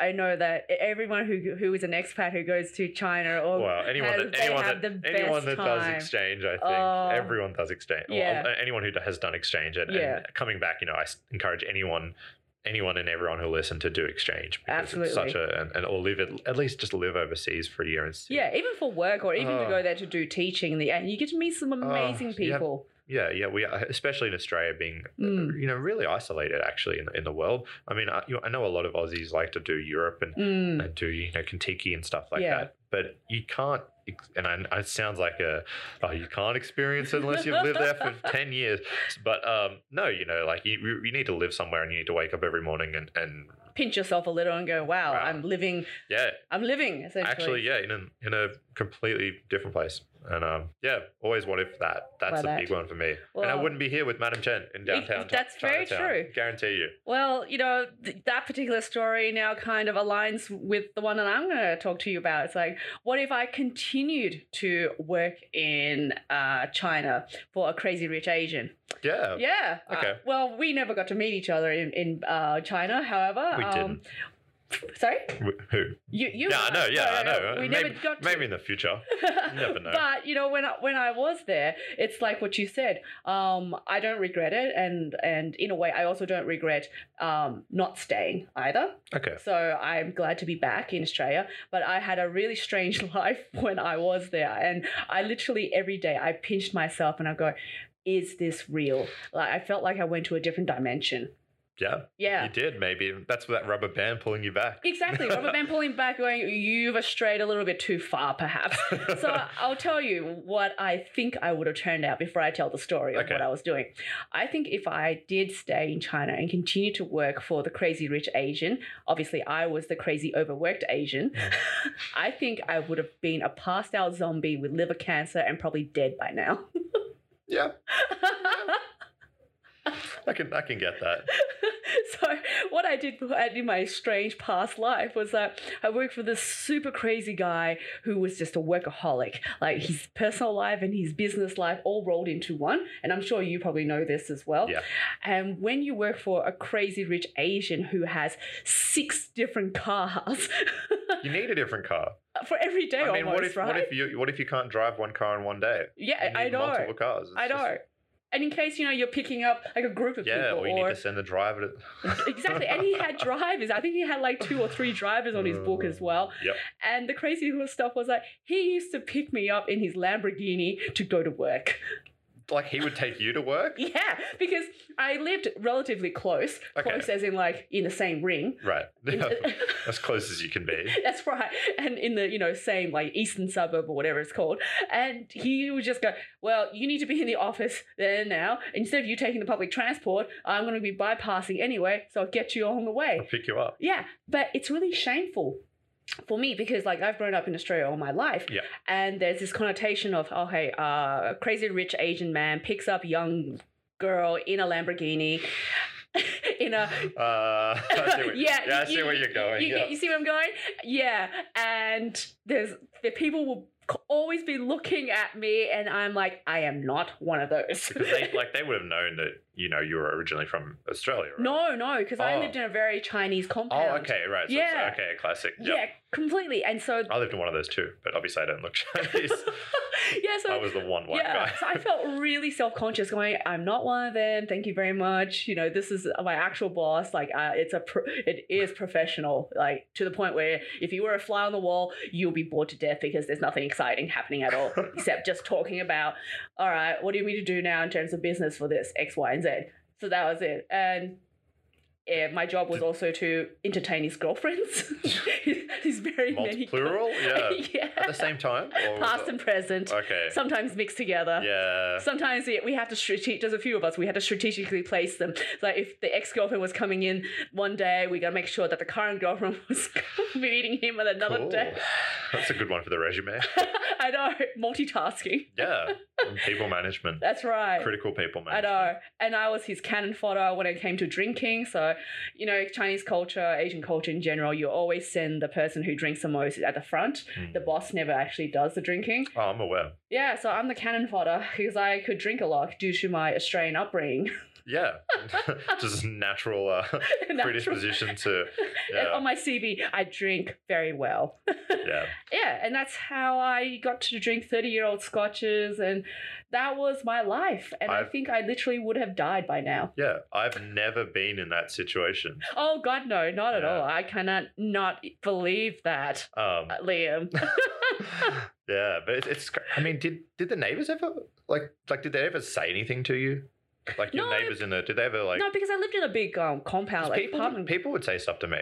Speaker 1: I know that everyone who who is an expat who goes to China or
Speaker 2: Well, anyone
Speaker 1: has-
Speaker 2: that
Speaker 1: they
Speaker 2: anyone
Speaker 1: have
Speaker 2: that,
Speaker 1: the
Speaker 2: anyone
Speaker 1: best
Speaker 2: that
Speaker 1: time.
Speaker 2: does exchange, I think
Speaker 1: Oh.
Speaker 2: everyone does exchange. Well,
Speaker 1: Yeah.
Speaker 2: anyone who has done exchange and,
Speaker 1: Yeah.
Speaker 2: and coming back, you know, I s- encourage anyone, anyone and everyone who listen to do exchange because it's such a and, and or live at, at least just live overseas for a year and see.
Speaker 1: yeah, even for work or even to
Speaker 2: Oh.
Speaker 1: go there to do teaching, the- and you get to meet some amazing
Speaker 2: you have-
Speaker 1: people.
Speaker 2: yeah, yeah. We are, especially in Australia being uh,
Speaker 1: Mm.
Speaker 2: you know really isolated actually in the, in the world. I mean, I, you, I know a lot of Aussies like to do Europe and
Speaker 1: Mm.
Speaker 2: and do you know Kentucky and stuff like
Speaker 1: Yeah.
Speaker 2: that. But you can't, ex- and I, it sounds like a oh you can't experience it unless you've lived
Speaker 1: [LAUGHS]
Speaker 2: there for ten years. But um, no, you know, like you, you you need to live somewhere and you need to wake up every morning and and
Speaker 1: Pinch yourself a little and go, wow,
Speaker 2: Wow.
Speaker 1: I'm living,
Speaker 2: yeah,
Speaker 1: I'm living essentially.
Speaker 2: actually yeah, in a, in a completely different place. And um, yeah, always what if that? That's
Speaker 1: Why
Speaker 2: a
Speaker 1: that?
Speaker 2: big one for me. and I
Speaker 1: Well-
Speaker 2: wouldn't be here with Madam Chen in downtown. Chi-
Speaker 1: that's very
Speaker 2: Chinatown,
Speaker 1: true.
Speaker 2: Guarantee you.
Speaker 1: Well, you know, th- that particular story now kind of aligns with the one that I'm going to talk to you about. It's like, what if I continued to work in uh, China for a crazy rich Asian?
Speaker 2: Yeah,
Speaker 1: Yeah. uh,
Speaker 2: Oh, Okay.
Speaker 1: well, we never got to meet each other in, in uh, China, however.
Speaker 2: We
Speaker 1: didn't. Sorry?
Speaker 2: Wh- who?
Speaker 1: You, you
Speaker 2: Yeah, I know. Yeah, I
Speaker 1: No, no,
Speaker 2: know.
Speaker 1: no, We
Speaker 2: maybe,
Speaker 1: never got to.
Speaker 2: maybe in the future.
Speaker 1: [LAUGHS]
Speaker 2: never know.
Speaker 1: But you know, when I, when I was there, it's like what you said. Um, I don't regret it, and and in a way, I also don't regret um, not staying either.
Speaker 2: Okay.
Speaker 1: So I'm glad to be back in Australia. But I had a really strange [LAUGHS] life when I was there, and I literally every day I pinched myself and I go, "Is this real?" Like I felt like I went to a different dimension.
Speaker 2: Yeah,
Speaker 1: Yeah.
Speaker 2: you did. Maybe that's that rubber band pulling you back. [LAUGHS]
Speaker 1: Exactly. Robert Van pulling back, going, you've strayed a little bit too far, perhaps. So uh, I'll tell you what I think I would have turned out before I tell the story of
Speaker 2: Okay.
Speaker 1: what I was doing. I think if I did stay in China and continue to work for the crazy rich Asian, obviously I was the crazy overworked Asian, [LAUGHS] I think I would have been a passed out zombie with liver cancer and probably dead by now. [LAUGHS]
Speaker 2: yeah, I can I can get that.
Speaker 1: [LAUGHS] so what I did I- in my strange past life was that I worked for this super crazy guy who was just a workaholic. Like his personal life and his business life all rolled into one. And I'm sure you probably know this as well.
Speaker 2: Yeah.
Speaker 1: And when you work for a crazy rich Asian who has six different cars [LAUGHS]
Speaker 2: You need a different car.
Speaker 1: for every day
Speaker 2: I mean,
Speaker 1: almost,
Speaker 2: what if
Speaker 1: right?
Speaker 2: what if you what if you can't drive one car in one day? You
Speaker 1: yeah,
Speaker 2: need
Speaker 1: I know.
Speaker 2: multiple cars. It's
Speaker 1: I know.
Speaker 2: just-
Speaker 1: and in case you know you're picking up like a group of
Speaker 2: yeah,
Speaker 1: people,
Speaker 2: or you need to send the driver. To...
Speaker 1: [LAUGHS] Exactly. And he had drivers. I think he had like two or three drivers on his
Speaker 2: Oh.
Speaker 1: book as well.
Speaker 2: [LAUGHS] Yep.
Speaker 1: And the crazy stuff was like, he used to pick me up in his Lamborghini to go to work. [LAUGHS]
Speaker 2: Like he would take you to work.
Speaker 1: Yeah, because I lived relatively close,
Speaker 2: Okay.
Speaker 1: close as in like in the same
Speaker 2: [LAUGHS]
Speaker 1: ring. [LAUGHS]
Speaker 2: Right. as close as you can be.
Speaker 1: That's right. And in the, you know, same like eastern suburb or whatever it's called. And he would just go, Well, you need to be in the office there now. Instead of you taking the public transport, I'm going to be bypassing anyway. So I'll get you on the way.
Speaker 2: I'll pick you up.
Speaker 1: Yeah, but it's really shameful for me because like I've grown up in Australia all my life.
Speaker 2: Yeah.
Speaker 1: And there's this connotation of oh hey, uh, crazy rich Asian man picks up young girl in a Lamborghini. [LAUGHS] in a
Speaker 2: Uh, [LAUGHS] I see
Speaker 1: [LAUGHS]
Speaker 2: where-
Speaker 1: yeah,
Speaker 2: yeah, I see where you're going.
Speaker 1: You,
Speaker 2: yeah.
Speaker 1: you see where I'm going? Yeah, and there's the people will c- always be looking at me, and I'm like, I am not one of those. [LAUGHS]
Speaker 2: because they like they would have known that you know you were originally from Australia. Right?
Speaker 1: no, no, because I
Speaker 2: Oh.
Speaker 1: lived in a very Chinese compound.
Speaker 2: Oh, okay, right. So
Speaker 1: Yeah.
Speaker 2: It's, okay, a classic. Yep.
Speaker 1: Yeah, completely. And so
Speaker 2: I lived in one of those too, but obviously I don't look [LAUGHS] Chinese.
Speaker 1: yeah, [LAUGHS] so
Speaker 2: I was the one white
Speaker 1: yeah,
Speaker 2: guy.
Speaker 1: so
Speaker 2: [LAUGHS]
Speaker 1: I felt really self conscious, going, "I'm not one of them. Thank you very much. You know, this is my actual boss. Like, uh, it's a, pro- it is professional. Like to the point where if you were a fly on the wall, you'll be bored to death because there's nothing exciting happening at
Speaker 2: [LAUGHS]
Speaker 1: all except just talking about, all right, what do you need to do now in terms of business for this X, Y, and Z. So that was it, and. Yeah, my job was also to entertain his
Speaker 2: [LAUGHS]
Speaker 1: girlfriends. He's very many.
Speaker 2: Multi
Speaker 1: [LAUGHS]
Speaker 2: plural, yeah.
Speaker 1: yeah.
Speaker 2: At the same time, or was
Speaker 1: Past
Speaker 2: it-
Speaker 1: and present
Speaker 2: okay,
Speaker 1: sometimes mixed together.
Speaker 2: yeah.
Speaker 1: Sometimes we we have to strategic. There's a few of us. We had to strategically place them. So like if the ex girlfriend was coming in one day, we got to make sure that the current girlfriend [LAUGHS] was meeting him at another
Speaker 2: Cool.
Speaker 1: day.
Speaker 2: [LAUGHS]
Speaker 1: [LAUGHS]
Speaker 2: That's a good one for the resume.
Speaker 1: I know multitasking. [LAUGHS]
Speaker 2: Yeah, And people management,
Speaker 1: That's right.
Speaker 2: critical people
Speaker 1: I
Speaker 2: management.
Speaker 1: know, and I was his cannon fodder when it came to drinking. So, you know, Chinese culture, Asian culture in general, you always send the person who drinks the most at the front.
Speaker 2: Hmm.
Speaker 1: The boss never actually does the drinking.
Speaker 2: Oh, I'm aware.
Speaker 1: Yeah, so I'm the cannon fodder because I could drink a lot due to my Australian upbringing. [LAUGHS]
Speaker 2: yeah, [LAUGHS] just natural, uh, predisposition to
Speaker 1: [LAUGHS] And
Speaker 2: yeah,
Speaker 1: eh, on my CV, I drink very well.
Speaker 2: yeah,
Speaker 1: yeah, and that's how I got to drink 30 year old scotches, and that was my life. And i
Speaker 2: I've-
Speaker 1: think I literally would have died by now.
Speaker 2: yeah. I've never been in that situation.
Speaker 1: Oh, God, no, not at
Speaker 2: Yeah.
Speaker 1: all. I cannot not believe that,
Speaker 2: Um,
Speaker 1: uh, Liam.
Speaker 2: yeah, but it's, it's. cr- I mean, did did the neighbors ever like like did they ever say anything to you? Like your
Speaker 1: No.
Speaker 2: neighbors in the did they ever [LAUGHS] like?
Speaker 1: no, because I lived in a big um,
Speaker 2: 'cause
Speaker 1: compound, like
Speaker 2: people,
Speaker 1: apartment.
Speaker 2: people would say stuff to me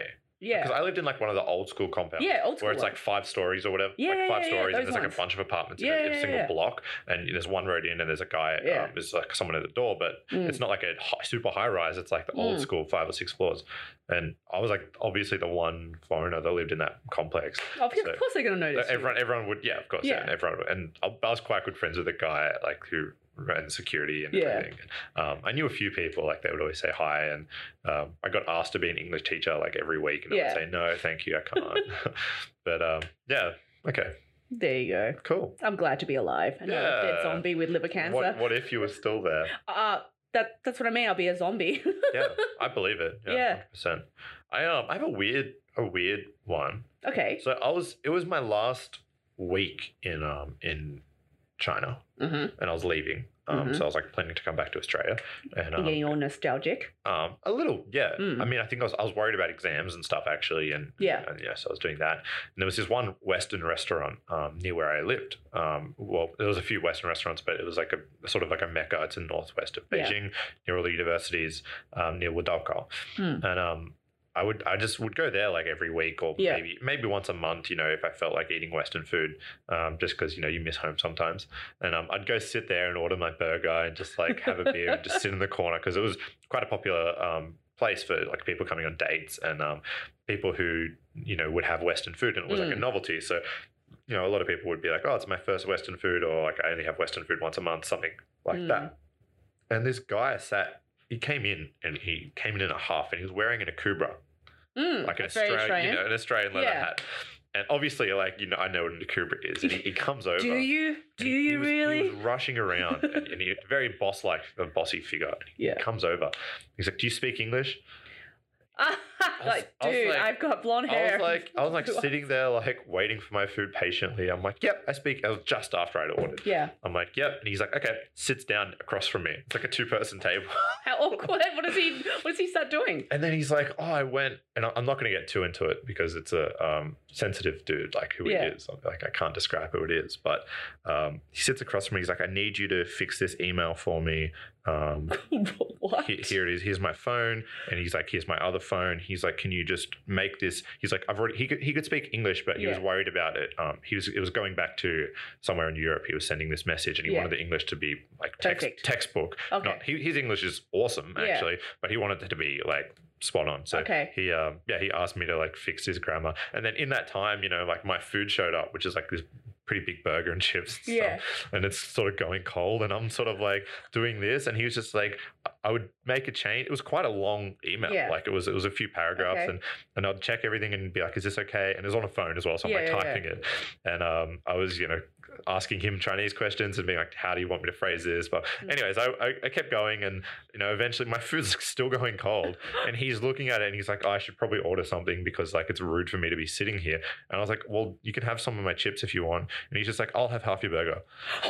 Speaker 1: yeah.
Speaker 2: because I lived in like one of the old school compounds.
Speaker 1: yeah, old school.
Speaker 2: Where it's
Speaker 1: one.
Speaker 2: like five stories or whatever,
Speaker 1: Yeah,
Speaker 2: like
Speaker 1: yeah,
Speaker 2: five
Speaker 1: yeah, yeah,
Speaker 2: stories, and
Speaker 1: those
Speaker 2: there's like
Speaker 1: ones.
Speaker 2: a bunch of apartments
Speaker 1: Yeah,
Speaker 2: in, a, in
Speaker 1: yeah,
Speaker 2: a single
Speaker 1: yeah.
Speaker 2: block, and there's one road in, and there's a guy,
Speaker 1: Yeah.
Speaker 2: um, there's like someone at the door, but
Speaker 1: Mm.
Speaker 2: it's not like a hi- super high rise. It's like the old
Speaker 1: Mm.
Speaker 2: school five or six floors, and I was like obviously the one foreigner that lived in that complex,
Speaker 1: Of course-
Speaker 2: so-
Speaker 1: of course they're going to
Speaker 2: Uh,
Speaker 1: notice. you.
Speaker 2: everyone, everyone would, yeah, of course, yeah,
Speaker 1: Yeah.
Speaker 2: everyone. Would. And I I was quite good friends with the guy, like who ran security and
Speaker 1: Yeah.
Speaker 2: everything. Um, I knew a few people, like they would always say hi, and um, I got asked to be an English teacher like every week, and
Speaker 1: Yeah.
Speaker 2: I would say no, thank you, I
Speaker 1: [LAUGHS]
Speaker 2: can't. [LAUGHS] but um, yeah, okay,
Speaker 1: There you go.
Speaker 2: cool.
Speaker 1: I'm glad to be alive. I'm not a dead
Speaker 2: Yeah.
Speaker 1: zombie with liver cancer.
Speaker 2: What, what if you were still there?
Speaker 1: Uh, that, that's what I mean. I'll be a zombie. [LAUGHS]
Speaker 2: Yeah, I believe it.
Speaker 1: Yeah.
Speaker 2: Yeah, percent. I um, I have a weird, a weird one.
Speaker 1: okay.
Speaker 2: So I was, it was my last week in um in China.
Speaker 1: hmm
Speaker 2: and I was leaving. Um,
Speaker 1: Mhm.
Speaker 2: So I was like planning to come back to Australia, and
Speaker 1: You're
Speaker 2: um,
Speaker 1: getting all nostalgic.
Speaker 2: um, a little, yeah.
Speaker 1: Mm.
Speaker 2: I mean, I think I was, I was worried about exams and stuff actually, and
Speaker 1: Yeah.
Speaker 2: and, yeah. So I was doing that, and there was this one Western restaurant um, near where I lived. Um, well, there was a few Western restaurants, but it was like a sort of like a mecca. It's in northwest of
Speaker 1: Yeah.
Speaker 2: Beijing, near all the universities, um, near Wudao,
Speaker 1: Mm.
Speaker 2: and um. I would, I just would go there like every week or
Speaker 1: Yeah.
Speaker 2: maybe maybe once a month, you know, if I felt like eating Western food, um, just because you know you miss home sometimes and um, I'd go sit there and order my burger and just like have a beer and just sit in the corner because it was quite a popular um, place for like people coming on dates and um, people who you know would have Western food and it was like a
Speaker 1: Mm.
Speaker 2: novelty. So you know a lot of people would be like, oh, it's my first Western food or like I only have Western food once a month, something like
Speaker 1: Mm.
Speaker 2: that. And this guy sat. He came in and he came in in a half and he was wearing an akubra
Speaker 1: Mm,
Speaker 2: like an
Speaker 1: that's very
Speaker 2: Australian,
Speaker 1: Australian.
Speaker 2: you know, an Australian leather
Speaker 1: Yeah.
Speaker 2: hat. And obviously, like you know, I know what an akubra is. And he, he comes over.
Speaker 1: Do you? Do
Speaker 2: And he- he
Speaker 1: you
Speaker 2: was-
Speaker 1: really?
Speaker 2: He was rushing
Speaker 1: [LAUGHS]
Speaker 2: around and, and he very boss like a bossy figure. And He
Speaker 1: Yeah.
Speaker 2: comes over. He's like, Do you
Speaker 1: [LAUGHS]
Speaker 2: speak English? was-
Speaker 1: like,
Speaker 2: I was
Speaker 1: dude,
Speaker 2: like-
Speaker 1: I've got blonde
Speaker 2: I
Speaker 1: hair.
Speaker 2: was like I was like
Speaker 1: What?
Speaker 2: sitting there like waiting for my food patiently. I'm like, Yep, I speak I was just after I'd ordered.
Speaker 1: [LAUGHS] yeah.
Speaker 2: I'm like, Yep. And he's like, Okay, sits down across from me. It's like a two person table. [LAUGHS]
Speaker 1: How awkward. [LAUGHS] What does he? What does he start doing? [LAUGHS]
Speaker 2: And then he's like, "Oh, I went," and I- I'm not going to get too into it because it's a um, sensitive dude, like who
Speaker 1: Yeah.
Speaker 2: it is. I'm Like I can't describe who it is, but um, he sits across from me. He's like, "I need you to fix this email for me. Um,
Speaker 1: what?
Speaker 2: he- here it is. Here's my phone." And he's like, "Here's my other phone." He's like, "Can you just make this?" He's like, "I've already." He could, he could speak English, but he was
Speaker 1: Yeah.
Speaker 2: worried about it. Um, he was it was going back to somewhere in Europe. He was sending this message, and he
Speaker 1: Yeah.
Speaker 2: wanted the English to be like text,
Speaker 1: Perfect.
Speaker 2: textbook,
Speaker 1: Okay.
Speaker 2: not, he, his English is awesome
Speaker 1: Yeah.
Speaker 2: actually, but he wanted it to be like spot on. So
Speaker 1: Okay. [GASPS]
Speaker 2: he um yeah, he asked me to like fix his grammar. And then in that time, you know, like my food showed up, which is like this pretty big burger and chips and
Speaker 1: yeah.
Speaker 2: stuff. And it's sort of going cold and I'm sort of like doing this and he was just like I- I would make a change. It was quite a long email.
Speaker 1: Yeah.
Speaker 2: Like it was it was a few paragraphs
Speaker 1: Okay.
Speaker 2: and and I'd check everything and be like, is this okay? And it was on a phone as well. So I'm
Speaker 1: Yeah,
Speaker 2: like
Speaker 1: yeah, yeah.
Speaker 2: typing it. And um I was, you know, asking him Chinese questions and being like, "How do you want me to phrase this?" But
Speaker 1: Mm.
Speaker 2: anyways, I, I, I kept going, and you know, eventually my [LAUGHS] food's still going
Speaker 1: [LAUGHS]
Speaker 2: cold, and he's looking at it, and he's like, "I should probably order something because like it's rude for me to be sitting here." And I was like, "Well, you can have some of my chips if you want," and he's just like, "I'll have half your burger,"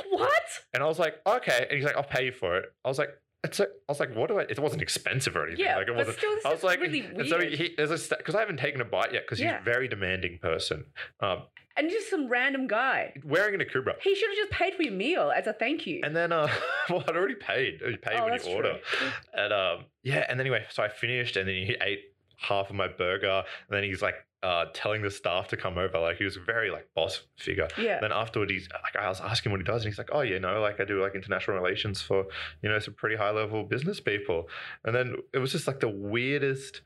Speaker 1: what?
Speaker 2: and I was like, "Okay," and he's like, "I'll pay you for it." I was like. It's like, I was like, what do I? It wasn't expensive or anything.
Speaker 1: Yeah.
Speaker 2: like it
Speaker 1: but
Speaker 2: wasn't.
Speaker 1: still, this
Speaker 2: I was
Speaker 1: is
Speaker 2: like,
Speaker 1: really
Speaker 2: and
Speaker 1: weird.
Speaker 2: so he, there's a because I haven't taken a bite yet because he's
Speaker 1: Yeah.
Speaker 2: a very demanding person. Um,
Speaker 1: and just some random guy.
Speaker 2: wearing an akubra,
Speaker 1: He should have just paid for your meal as a thank you.
Speaker 2: And then, uh, [LAUGHS] well, I'd already paid. You pay
Speaker 1: Oh,
Speaker 2: when
Speaker 1: that's
Speaker 2: you order.
Speaker 1: true.
Speaker 2: And um, yeah, and then anyway, so I finished, and then he ate half of my burger. And then he's like uh, telling the staff to come over. Like he was a very like boss figure.
Speaker 1: yeah.
Speaker 2: Then afterward, he's like, I was asking what he does, and he's like, oh, you know, like I do like international relations for, you know, some pretty high level business people. And then it was just like the weirdest,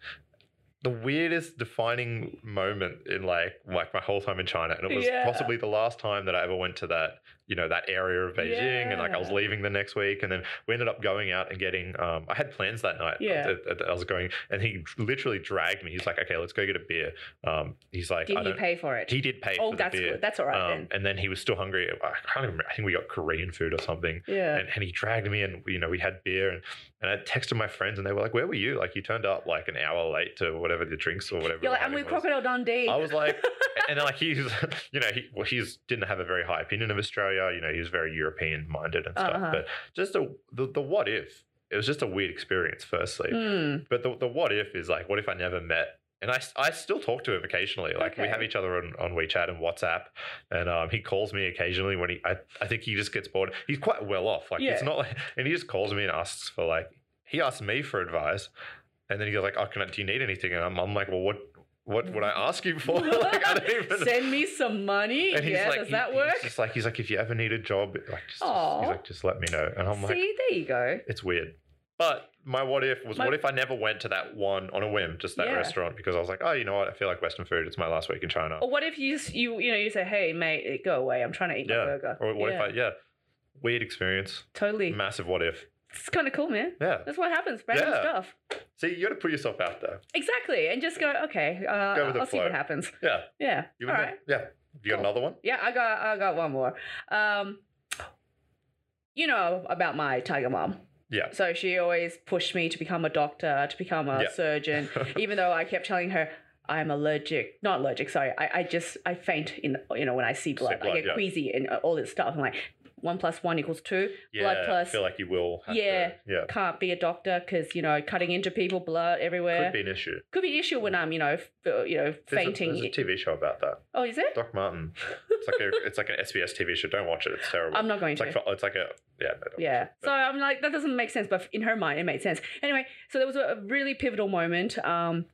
Speaker 2: the weirdest defining moment in like like my whole time in China, and it was
Speaker 1: Yeah.
Speaker 2: possibly the last time that I ever went to that you know that area of Beijing, and like I was
Speaker 1: Yeah.
Speaker 2: leaving the next week, and then we ended up going out and getting. Um, I had plans that night.
Speaker 1: Yeah.
Speaker 2: that- that- that I was going, and he literally dragged me. He's like, "Okay, let's go get a beer." Um, he's like, "I
Speaker 1: Did he
Speaker 2: don't."
Speaker 1: pay for it?
Speaker 2: he did pay
Speaker 1: oh,
Speaker 2: for the
Speaker 1: that's
Speaker 2: beer.
Speaker 1: good. That's all right
Speaker 2: Um, and then he was still hungry. I can't even. I think we got Korean food or something.
Speaker 1: then. Yeah.
Speaker 2: And, and he dragged me, and you know we had beer, and, and I texted my friends, and they were like, "Where were you? Like you turned up like an hour late to whatever the drinks or whatever."
Speaker 1: You're
Speaker 2: we're
Speaker 1: like, I'm
Speaker 2: having
Speaker 1: with
Speaker 2: was."
Speaker 1: Crocodile Dundee.
Speaker 2: I
Speaker 1: [LAUGHS]
Speaker 2: was like, and then like he's, [LAUGHS] you know, he well, he's didn't have a very high opinion of Australia. You know, he was very European minded and stuff.
Speaker 1: Uh-huh.
Speaker 2: But just a, the the what if it was just a weird experience. Firstly, [LAUGHS]
Speaker 1: Mm,
Speaker 2: but the, the what if is like, what if I never met? And I, s- I still talk to him occasionally. Like we
Speaker 1: Okay.
Speaker 2: have each other on, on WeChat and WhatsApp, and um, he calls me occasionally when he. I, I think he just gets bored. He's quite well off. Like it's
Speaker 1: Yeah.
Speaker 2: not like, [LAUGHS] and he just calls me and asks for like he asks me for advice, and then he goes like, "Oh, can I, do you need anything?" And I'm, I'm like, "Well, what what would I ask you for?" [LAUGHS] like
Speaker 1: [LAUGHS]
Speaker 2: I don't even.
Speaker 1: Send me some money.
Speaker 2: and he's
Speaker 1: Yeah,
Speaker 2: like,
Speaker 1: does
Speaker 2: he-
Speaker 1: that
Speaker 2: he's
Speaker 1: work?
Speaker 2: just like he's like, if you ever need a job, like just,
Speaker 1: Aw.
Speaker 2: he's like, just let me know. And I'm like,
Speaker 1: See, there you go.
Speaker 2: it's weird. But my what if was
Speaker 1: My-
Speaker 2: what if I never went to that one on a whim, just that
Speaker 1: Yeah.
Speaker 2: restaurant, because I was like, oh, you know what? I feel like Western food. It's my last week in China.
Speaker 1: Or what if you s- you you know you say, hey mate, go away. I'm trying to eat my
Speaker 2: Yeah.
Speaker 1: burger.
Speaker 2: or what
Speaker 1: yeah,
Speaker 2: if I, yeah, weird experience,
Speaker 1: totally.
Speaker 2: massive what if.
Speaker 1: It's kind of cool, man.
Speaker 2: Yeah.
Speaker 1: That's what happens. Random
Speaker 2: Yeah.
Speaker 1: stuff.
Speaker 2: See, you got to put yourself out there.
Speaker 1: Exactly, and just go. Okay, uh,
Speaker 2: Go with
Speaker 1: I'll
Speaker 2: the
Speaker 1: see what
Speaker 2: flow.
Speaker 1: happens.
Speaker 2: Yeah.
Speaker 1: Yeah.
Speaker 2: You
Speaker 1: All
Speaker 2: would
Speaker 1: right.
Speaker 2: know- Yeah. You got
Speaker 1: Cool. [LAUGHS]
Speaker 2: another one?
Speaker 1: Yeah, I got I got one more. Um, you know about my tiger mom.
Speaker 2: Yeah.
Speaker 1: So she always pushed me to become a doctor, to become a
Speaker 2: Yeah.
Speaker 1: surgeon, even though I kept telling her I'm allergic, not allergic. Sorry, I, I just I faint in you know when I see blood, I
Speaker 2: blood,
Speaker 1: get
Speaker 2: yeah.
Speaker 1: queasy and all this stuff. I'm like one plus one equals two.
Speaker 2: [LAUGHS] Yeah.
Speaker 1: plus-
Speaker 2: I feel like you will. Have
Speaker 1: Yeah.
Speaker 2: To, yeah.
Speaker 1: Can't be a doctor because you know cutting into people, blood everywhere.
Speaker 2: Could be an issue.
Speaker 1: Could be an issue when I'm you know f- uh, you know
Speaker 2: There's
Speaker 1: fainting.
Speaker 2: A, there's a TV show about that.
Speaker 1: oh, is it?
Speaker 2: Doc Martin. It's
Speaker 1: [LAUGHS]
Speaker 2: like a, it's like an SBS TV show. Don't watch it. It's terrible.
Speaker 1: I'm not going
Speaker 2: it's
Speaker 1: to.
Speaker 2: like for, it's like a yeah. No, don't
Speaker 1: Yeah.
Speaker 2: watch it.
Speaker 1: So I'm like, that doesn't make sense, but in her mind, it made sense. Anyway, so there was a really pivotal moment um,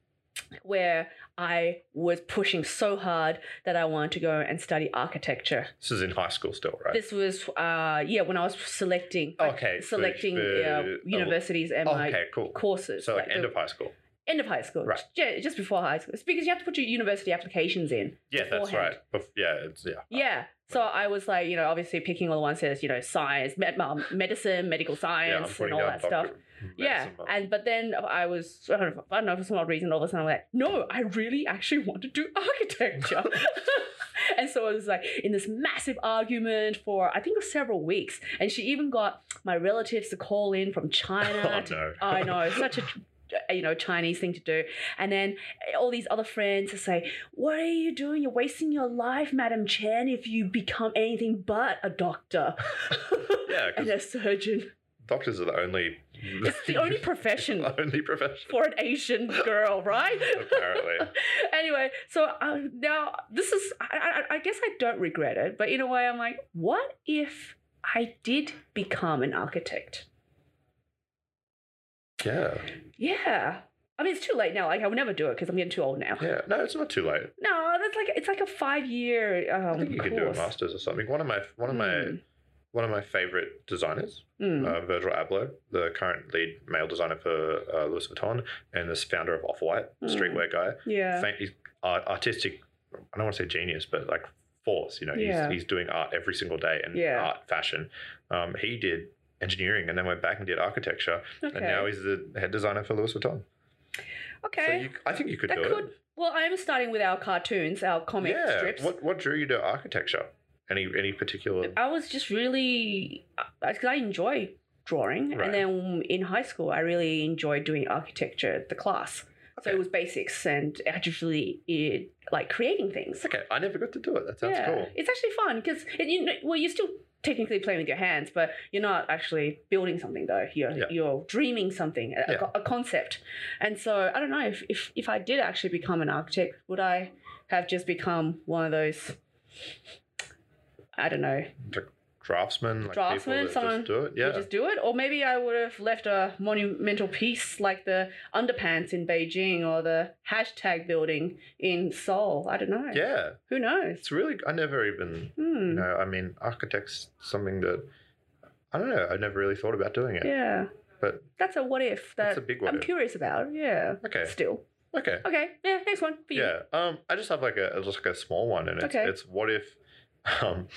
Speaker 1: where I was pushing so hard that I wanted to go and study architecture.
Speaker 2: This is in high school still, right? Oh,
Speaker 1: This was, uh, yeah, when I was selecting, like,
Speaker 2: okay. oh, for-
Speaker 1: selecting uh,
Speaker 2: for-
Speaker 1: universities and my
Speaker 2: Okay, cool.
Speaker 1: courses.
Speaker 2: So like
Speaker 1: the-
Speaker 2: end of high school.
Speaker 1: end of high school,
Speaker 2: Right.
Speaker 1: ju- just before high school. It's because you have to put your university applications in.
Speaker 2: Yeah, that's
Speaker 1: beforehand.
Speaker 2: right. Uh, Bef- yeah, it's, yeah.
Speaker 1: Yeah. So I was like, you know, obviously picking all the ones that says, you know, science, med- um, medicine, medical
Speaker 2: yeah,
Speaker 1: science, and all that stuff. Yeah,
Speaker 2: And
Speaker 1: and but then I was I don't, know, I don't know for some odd reason all of a sudden I'm like, no, I really actually want to do [LAUGHS] architecture. and so I was like in this massive argument for I think it was several weeks, and she even got my relatives to call in from China.
Speaker 2: [LAUGHS] oh
Speaker 1: to,
Speaker 2: no.
Speaker 1: uh, I know, such a you know Chinese thing to do, and then all these other friends to say, "What are you doing? You're wasting your life, Madam Chen, if you become anything but a doctor."
Speaker 2: [LAUGHS] Yeah,
Speaker 1: [LAUGHS] And
Speaker 2: because
Speaker 1: a
Speaker 2: [LAUGHS]
Speaker 1: surgeon.
Speaker 2: doctors are the only.
Speaker 1: It's the
Speaker 2: [LAUGHS]
Speaker 1: only profession
Speaker 2: only profession.
Speaker 1: for an Asian girl,
Speaker 2: [LAUGHS]
Speaker 1: right?
Speaker 2: Apparently,
Speaker 1: [LAUGHS] anyway, so uh, now this is, I, I, I guess I don't regret it, but in a way, I'm like, what if I did become an architect?
Speaker 2: yeah,
Speaker 1: Yeah. I mean, it's too late now. Like, I would never do it because I'm getting too old now.
Speaker 2: yeah. No, it's not too late.
Speaker 1: No, that's like it's like a five year um,
Speaker 2: I think you
Speaker 1: course.
Speaker 2: could do a master's or something. One of my one of my
Speaker 1: Mm,
Speaker 2: one of my favorite designers,
Speaker 1: mm.
Speaker 2: uh, Virgil Abloh, the current lead male designer for uh, Louis Vuitton, and this founder of Off White,
Speaker 1: Mm.
Speaker 2: streetwear guy.
Speaker 1: yeah.
Speaker 2: faint, he's art, artistic. I don't want to say genius, but like force. You know,
Speaker 1: Yeah.
Speaker 2: he's he's doing art every single day and
Speaker 1: Yeah.
Speaker 2: art, fashion. Um, he did engineering and then went back and did architecture,
Speaker 1: Okay.
Speaker 2: and now he's the head designer for Louis Vuitton. So
Speaker 1: okay.
Speaker 2: you, I think you could
Speaker 1: that
Speaker 2: do
Speaker 1: could. Well, I am starting with our cartoons, our
Speaker 2: it.
Speaker 1: comic
Speaker 2: Yeah.
Speaker 1: strips.
Speaker 2: What what drew you to architecture? Any any particular?
Speaker 1: I was just really because I enjoy drawing,
Speaker 2: Right.
Speaker 1: and then in high school I really enjoyed doing architecture, the class. So
Speaker 2: Okay.
Speaker 1: it was basics and actually it, like creating things.
Speaker 2: It's okay. I never got to do it. That sounds cool.
Speaker 1: it's actually fun because you know, well you're still technically playing with your hands, but you're not actually building something though. You're
Speaker 2: Yeah.
Speaker 1: you're dreaming something, a,
Speaker 2: Yeah.
Speaker 1: a concept. And so I don't know if, if if I did actually become an architect, would I have just become one of those? I don't know.
Speaker 2: Draftsman, like
Speaker 1: Draftsman,
Speaker 2: people that
Speaker 1: someone
Speaker 2: just do it.
Speaker 1: yeah.
Speaker 2: Yeah.
Speaker 1: just do it. Or maybe I would have left a monumental piece like the underpants in Beijing or the hashtag building in Seoul. I don't know.
Speaker 2: Yeah.
Speaker 1: Who knows?
Speaker 2: It's really. I never even.
Speaker 1: Hmm.
Speaker 2: You know. I mean, architects something that. I don't know. I never really thought about doing it.
Speaker 1: yeah.
Speaker 2: But-
Speaker 1: that's a what if that
Speaker 2: That's a big what
Speaker 1: I'm
Speaker 2: if.
Speaker 1: curious about. Yeah.
Speaker 2: Okay.
Speaker 1: Still.
Speaker 2: Okay.
Speaker 1: Okay. Yeah. Next [LAUGHS] one. For you.
Speaker 2: Yeah. Um, I just have like a just like a small one, and it's
Speaker 1: Okay.
Speaker 2: it's what if, um,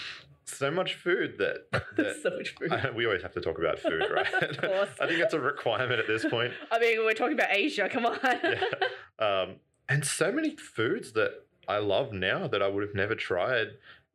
Speaker 2: so much food
Speaker 1: [LAUGHS]
Speaker 2: that, that
Speaker 1: so much food. [LAUGHS]
Speaker 2: we always have to talk about food, right?
Speaker 1: Of course.
Speaker 2: [LAUGHS] I think that's a requirement at this point.
Speaker 1: I mean, we're talking about Asia. Come on.
Speaker 2: [LAUGHS] Yeah. Um, and so many foods that I love now that I would have never tried,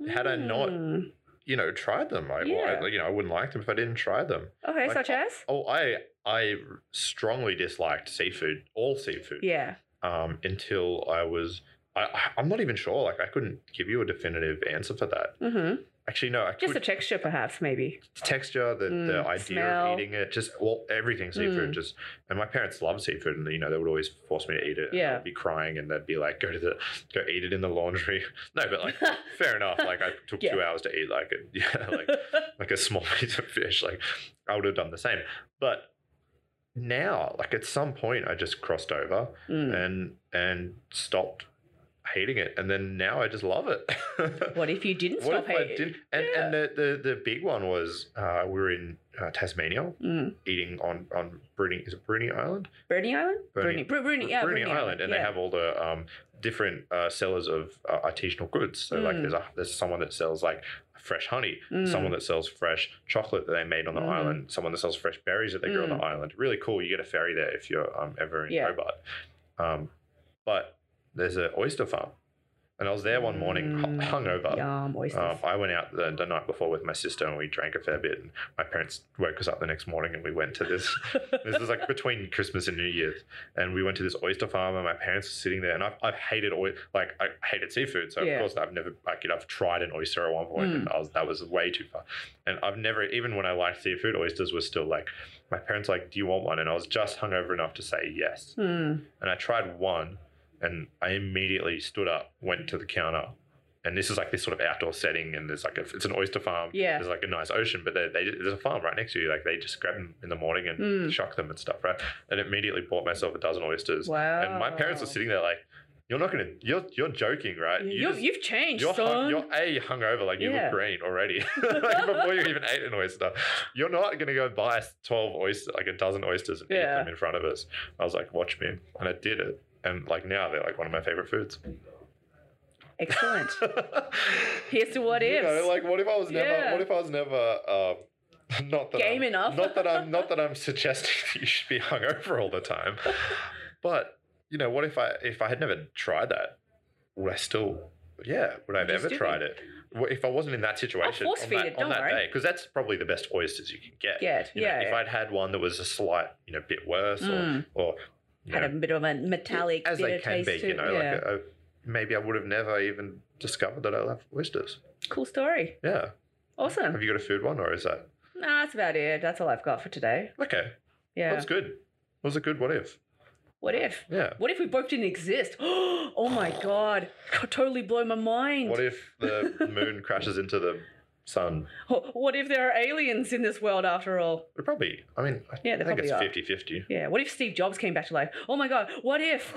Speaker 2: had I not-
Speaker 1: Mm.
Speaker 2: you know, tried them. I,
Speaker 1: Yeah.
Speaker 2: or I you know, I wouldn't like them if I didn't try them.
Speaker 1: Okay,
Speaker 2: Like,
Speaker 1: such as?
Speaker 2: Oh, I I strongly disliked seafood, all seafood.
Speaker 1: Yeah.
Speaker 2: um, until I was. I, I- I'm not even sure. Like, I couldn't give you a definitive answer for that.
Speaker 1: hmm
Speaker 2: Actually, no. I
Speaker 1: Just
Speaker 2: could,
Speaker 1: a texture, perhaps, maybe.
Speaker 2: texture, the, the
Speaker 1: Mm,
Speaker 2: idea
Speaker 1: smell.
Speaker 2: of eating it, just well, everything seafood.
Speaker 1: Mm.
Speaker 2: Just and my parents love seafood, and you know they would always force me to eat it. and
Speaker 1: Yeah.
Speaker 2: I'd be crying, and they'd be like, "Go to the, go eat it in the laundry." [LAUGHS] No,
Speaker 1: [LAUGHS]
Speaker 2: but like, fair enough. Like, I took
Speaker 1: Yeah.
Speaker 2: two hours to eat like a [LAUGHS] yeah, like like a small [LAUGHS] piece of fish. Like, I would have done the same. But now, like at some point, I just crossed over
Speaker 1: Mm.
Speaker 2: and and stopped hating it and then now i just love it [LAUGHS]
Speaker 1: What if you didn't stop
Speaker 2: What if I
Speaker 1: hating?
Speaker 2: didn't- and,
Speaker 1: Yeah.
Speaker 2: and the, the the big one was uh we were in uh, tasmania
Speaker 1: Mm.
Speaker 2: eating on on bruni is it bruni island
Speaker 1: Bruny Island? Bruni.
Speaker 2: Bruni-
Speaker 1: Bru- Bruni, yeah, Bruni,
Speaker 2: island, and
Speaker 1: yeah.
Speaker 2: they have all the um different uh sellers of uh, artisanal goods so like
Speaker 1: Mm.
Speaker 2: there's a there's someone that sells like fresh honey
Speaker 1: Mm.
Speaker 2: someone that sells fresh chocolate that they made on the
Speaker 1: Mm.
Speaker 2: island someone that sells fresh berries that they grew on the island really cool you get a ferry there if you're um, ever in
Speaker 1: Yeah.
Speaker 2: hobart um, but there's an oyster farm and i was there one morning hu-
Speaker 1: Mm,
Speaker 2: hungover
Speaker 1: Yum, oysters.
Speaker 2: um, I went out the, the night before with my sister and we drank a fair bit. And my parents woke us up the next morning and we went to this. this was like between Christmas and New Year's. And we went to this oyster farm and my parents were sitting there. And I've, I've hated oy- like I hated seafood. So
Speaker 1: Yeah.
Speaker 2: of course I've never like you know, I've tried an oyster at one point and I was that was way too far. And I've never even when I liked seafood, oysters were still like my parents were like, do you want one? And I was just hungover enough to say yes.
Speaker 1: Mm.
Speaker 2: And I tried one and I immediately stood up, went to the counter. And this is like this sort of outdoor setting, and there's like a, it's an oyster farm.
Speaker 1: Yeah.
Speaker 2: There's like a nice ocean, but they, they, there's a farm right next to you. Like they just grab them in the morning and
Speaker 1: Mm.
Speaker 2: shock them and stuff, right? And immediately bought myself a dozen oysters.
Speaker 1: Wow.
Speaker 2: And my parents were sitting there like, "You're not gonna, you're you're joking, right?
Speaker 1: You,
Speaker 2: You
Speaker 1: you,
Speaker 2: just-
Speaker 1: have [LAUGHS] changed,
Speaker 2: you're, hung,
Speaker 1: son.
Speaker 2: you're a hungover, like you
Speaker 1: Yeah.
Speaker 2: look green already
Speaker 1: [LAUGHS]
Speaker 2: [LAUGHS] like before you even ate an oyster. You're not gonna go buy twelve oyster, like a dozen oysters, and
Speaker 1: Yeah.
Speaker 2: eat them in front of us. I was like, watch me, and I did it. And like now they're like one of my favorite foods. [LAUGHS]
Speaker 1: Excellent. Here's to what
Speaker 2: You
Speaker 1: ifs.
Speaker 2: know, like what if I was never?
Speaker 1: Yeah.
Speaker 2: What if I was never? Um, [LAUGHS] not that
Speaker 1: Game
Speaker 2: I'm,
Speaker 1: enough.
Speaker 2: Not
Speaker 1: [LAUGHS]
Speaker 2: that I'm not that I'm suggesting that you should be [LAUGHS] hungover all the time, but you know, what if I if I had never tried that? Would I still? Yeah, would I have
Speaker 1: Just
Speaker 2: ever
Speaker 1: do it.
Speaker 2: tried it? Well, If I wasn't in that situation
Speaker 1: force
Speaker 2: on
Speaker 1: feed
Speaker 2: that,
Speaker 1: it,
Speaker 2: on
Speaker 1: don't
Speaker 2: that
Speaker 1: worry.
Speaker 2: day, because that's probably the best oysters you can get.
Speaker 1: Get,
Speaker 2: You know,
Speaker 1: yeah,
Speaker 2: if
Speaker 1: yeah.
Speaker 2: I'd had one that was a slight, you know, bit worse,
Speaker 1: Mm.
Speaker 2: or or you
Speaker 1: Had
Speaker 2: know,
Speaker 1: a bit of a metallic
Speaker 2: as they
Speaker 1: bitter
Speaker 2: can
Speaker 1: taste
Speaker 2: be,
Speaker 1: to
Speaker 2: you
Speaker 1: it,
Speaker 2: know,
Speaker 1: yeah.
Speaker 2: like a, maybe I would have never even discovered that I love oysters.
Speaker 1: cool story.
Speaker 2: Yeah.
Speaker 1: Awesome.
Speaker 2: Have you got a food one or is that
Speaker 1: Nah, that's about it. That's all I've got for today.
Speaker 2: okay? That
Speaker 1: Yeah.
Speaker 2: was good. That was a good what if.
Speaker 1: What if?
Speaker 2: Yeah.
Speaker 1: What if we both didn't exist? [GASPS] Oh
Speaker 2: [SIGHS]
Speaker 1: my god! Could Totally blow my mind.
Speaker 2: What if
Speaker 1: [LAUGHS]
Speaker 2: the moon crashes into the sun?
Speaker 1: Oh, what if there are aliens in this world after all?
Speaker 2: It probably. I mean, I
Speaker 1: Yeah, they
Speaker 2: think it's
Speaker 1: probably
Speaker 2: 50-50.
Speaker 1: Yeah. What if Steve Jobs came back to life? Oh my god! What
Speaker 2: [GASPS]
Speaker 1: if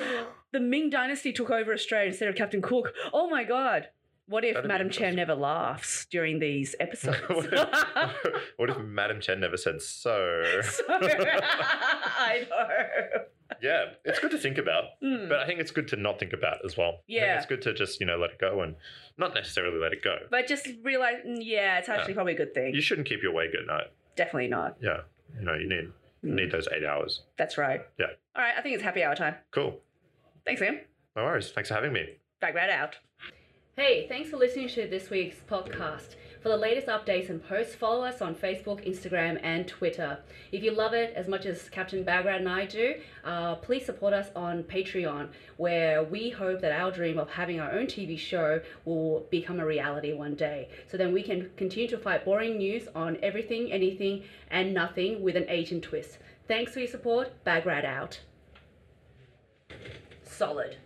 Speaker 1: the Ming Dynasty took over Australia instead of Captain Cook? Oh my god! What if
Speaker 2: That'd be
Speaker 1: Madam Chem
Speaker 2: interesting.
Speaker 1: never laughs during these episodes?
Speaker 2: [LAUGHS]
Speaker 1: [LAUGHS]
Speaker 2: what, if, what if Madam Chen never said so?
Speaker 1: So- [LAUGHS] I know.
Speaker 2: Yeah, it's good to think about,
Speaker 1: Mm.
Speaker 2: but I think it's good to not think about as well. I think
Speaker 1: Yeah.
Speaker 2: it's good to just you know let it go and not necessarily let it go.
Speaker 1: But just realize, mm, yeah, it's actually probably a good thing.
Speaker 2: You shouldn't keep your wake at night.
Speaker 1: Definitely not.
Speaker 2: Yeah, you know you need you
Speaker 1: Hmm.
Speaker 2: need those eight hours.
Speaker 1: That's right.
Speaker 2: Yeah.
Speaker 1: All right, I think it's happy hour time.
Speaker 2: Cool.
Speaker 1: Thanks, Sam.
Speaker 2: No worries. Thanks for having me.
Speaker 1: Back right out.
Speaker 3: Hey, thanks for listening to this week's podcast. For the latest updates and posts, follow us on Facebook, Instagram, and Twitter. If you love it as much as Captain Bagrat and I do, uh, please support us on Patreon, where we hope that our dream of having our own TV show will become a reality one day. So then we can continue to fight boring news on everything, anything, and nothing with an Asian twist. Thanks for your support. Bagrat out. Solid.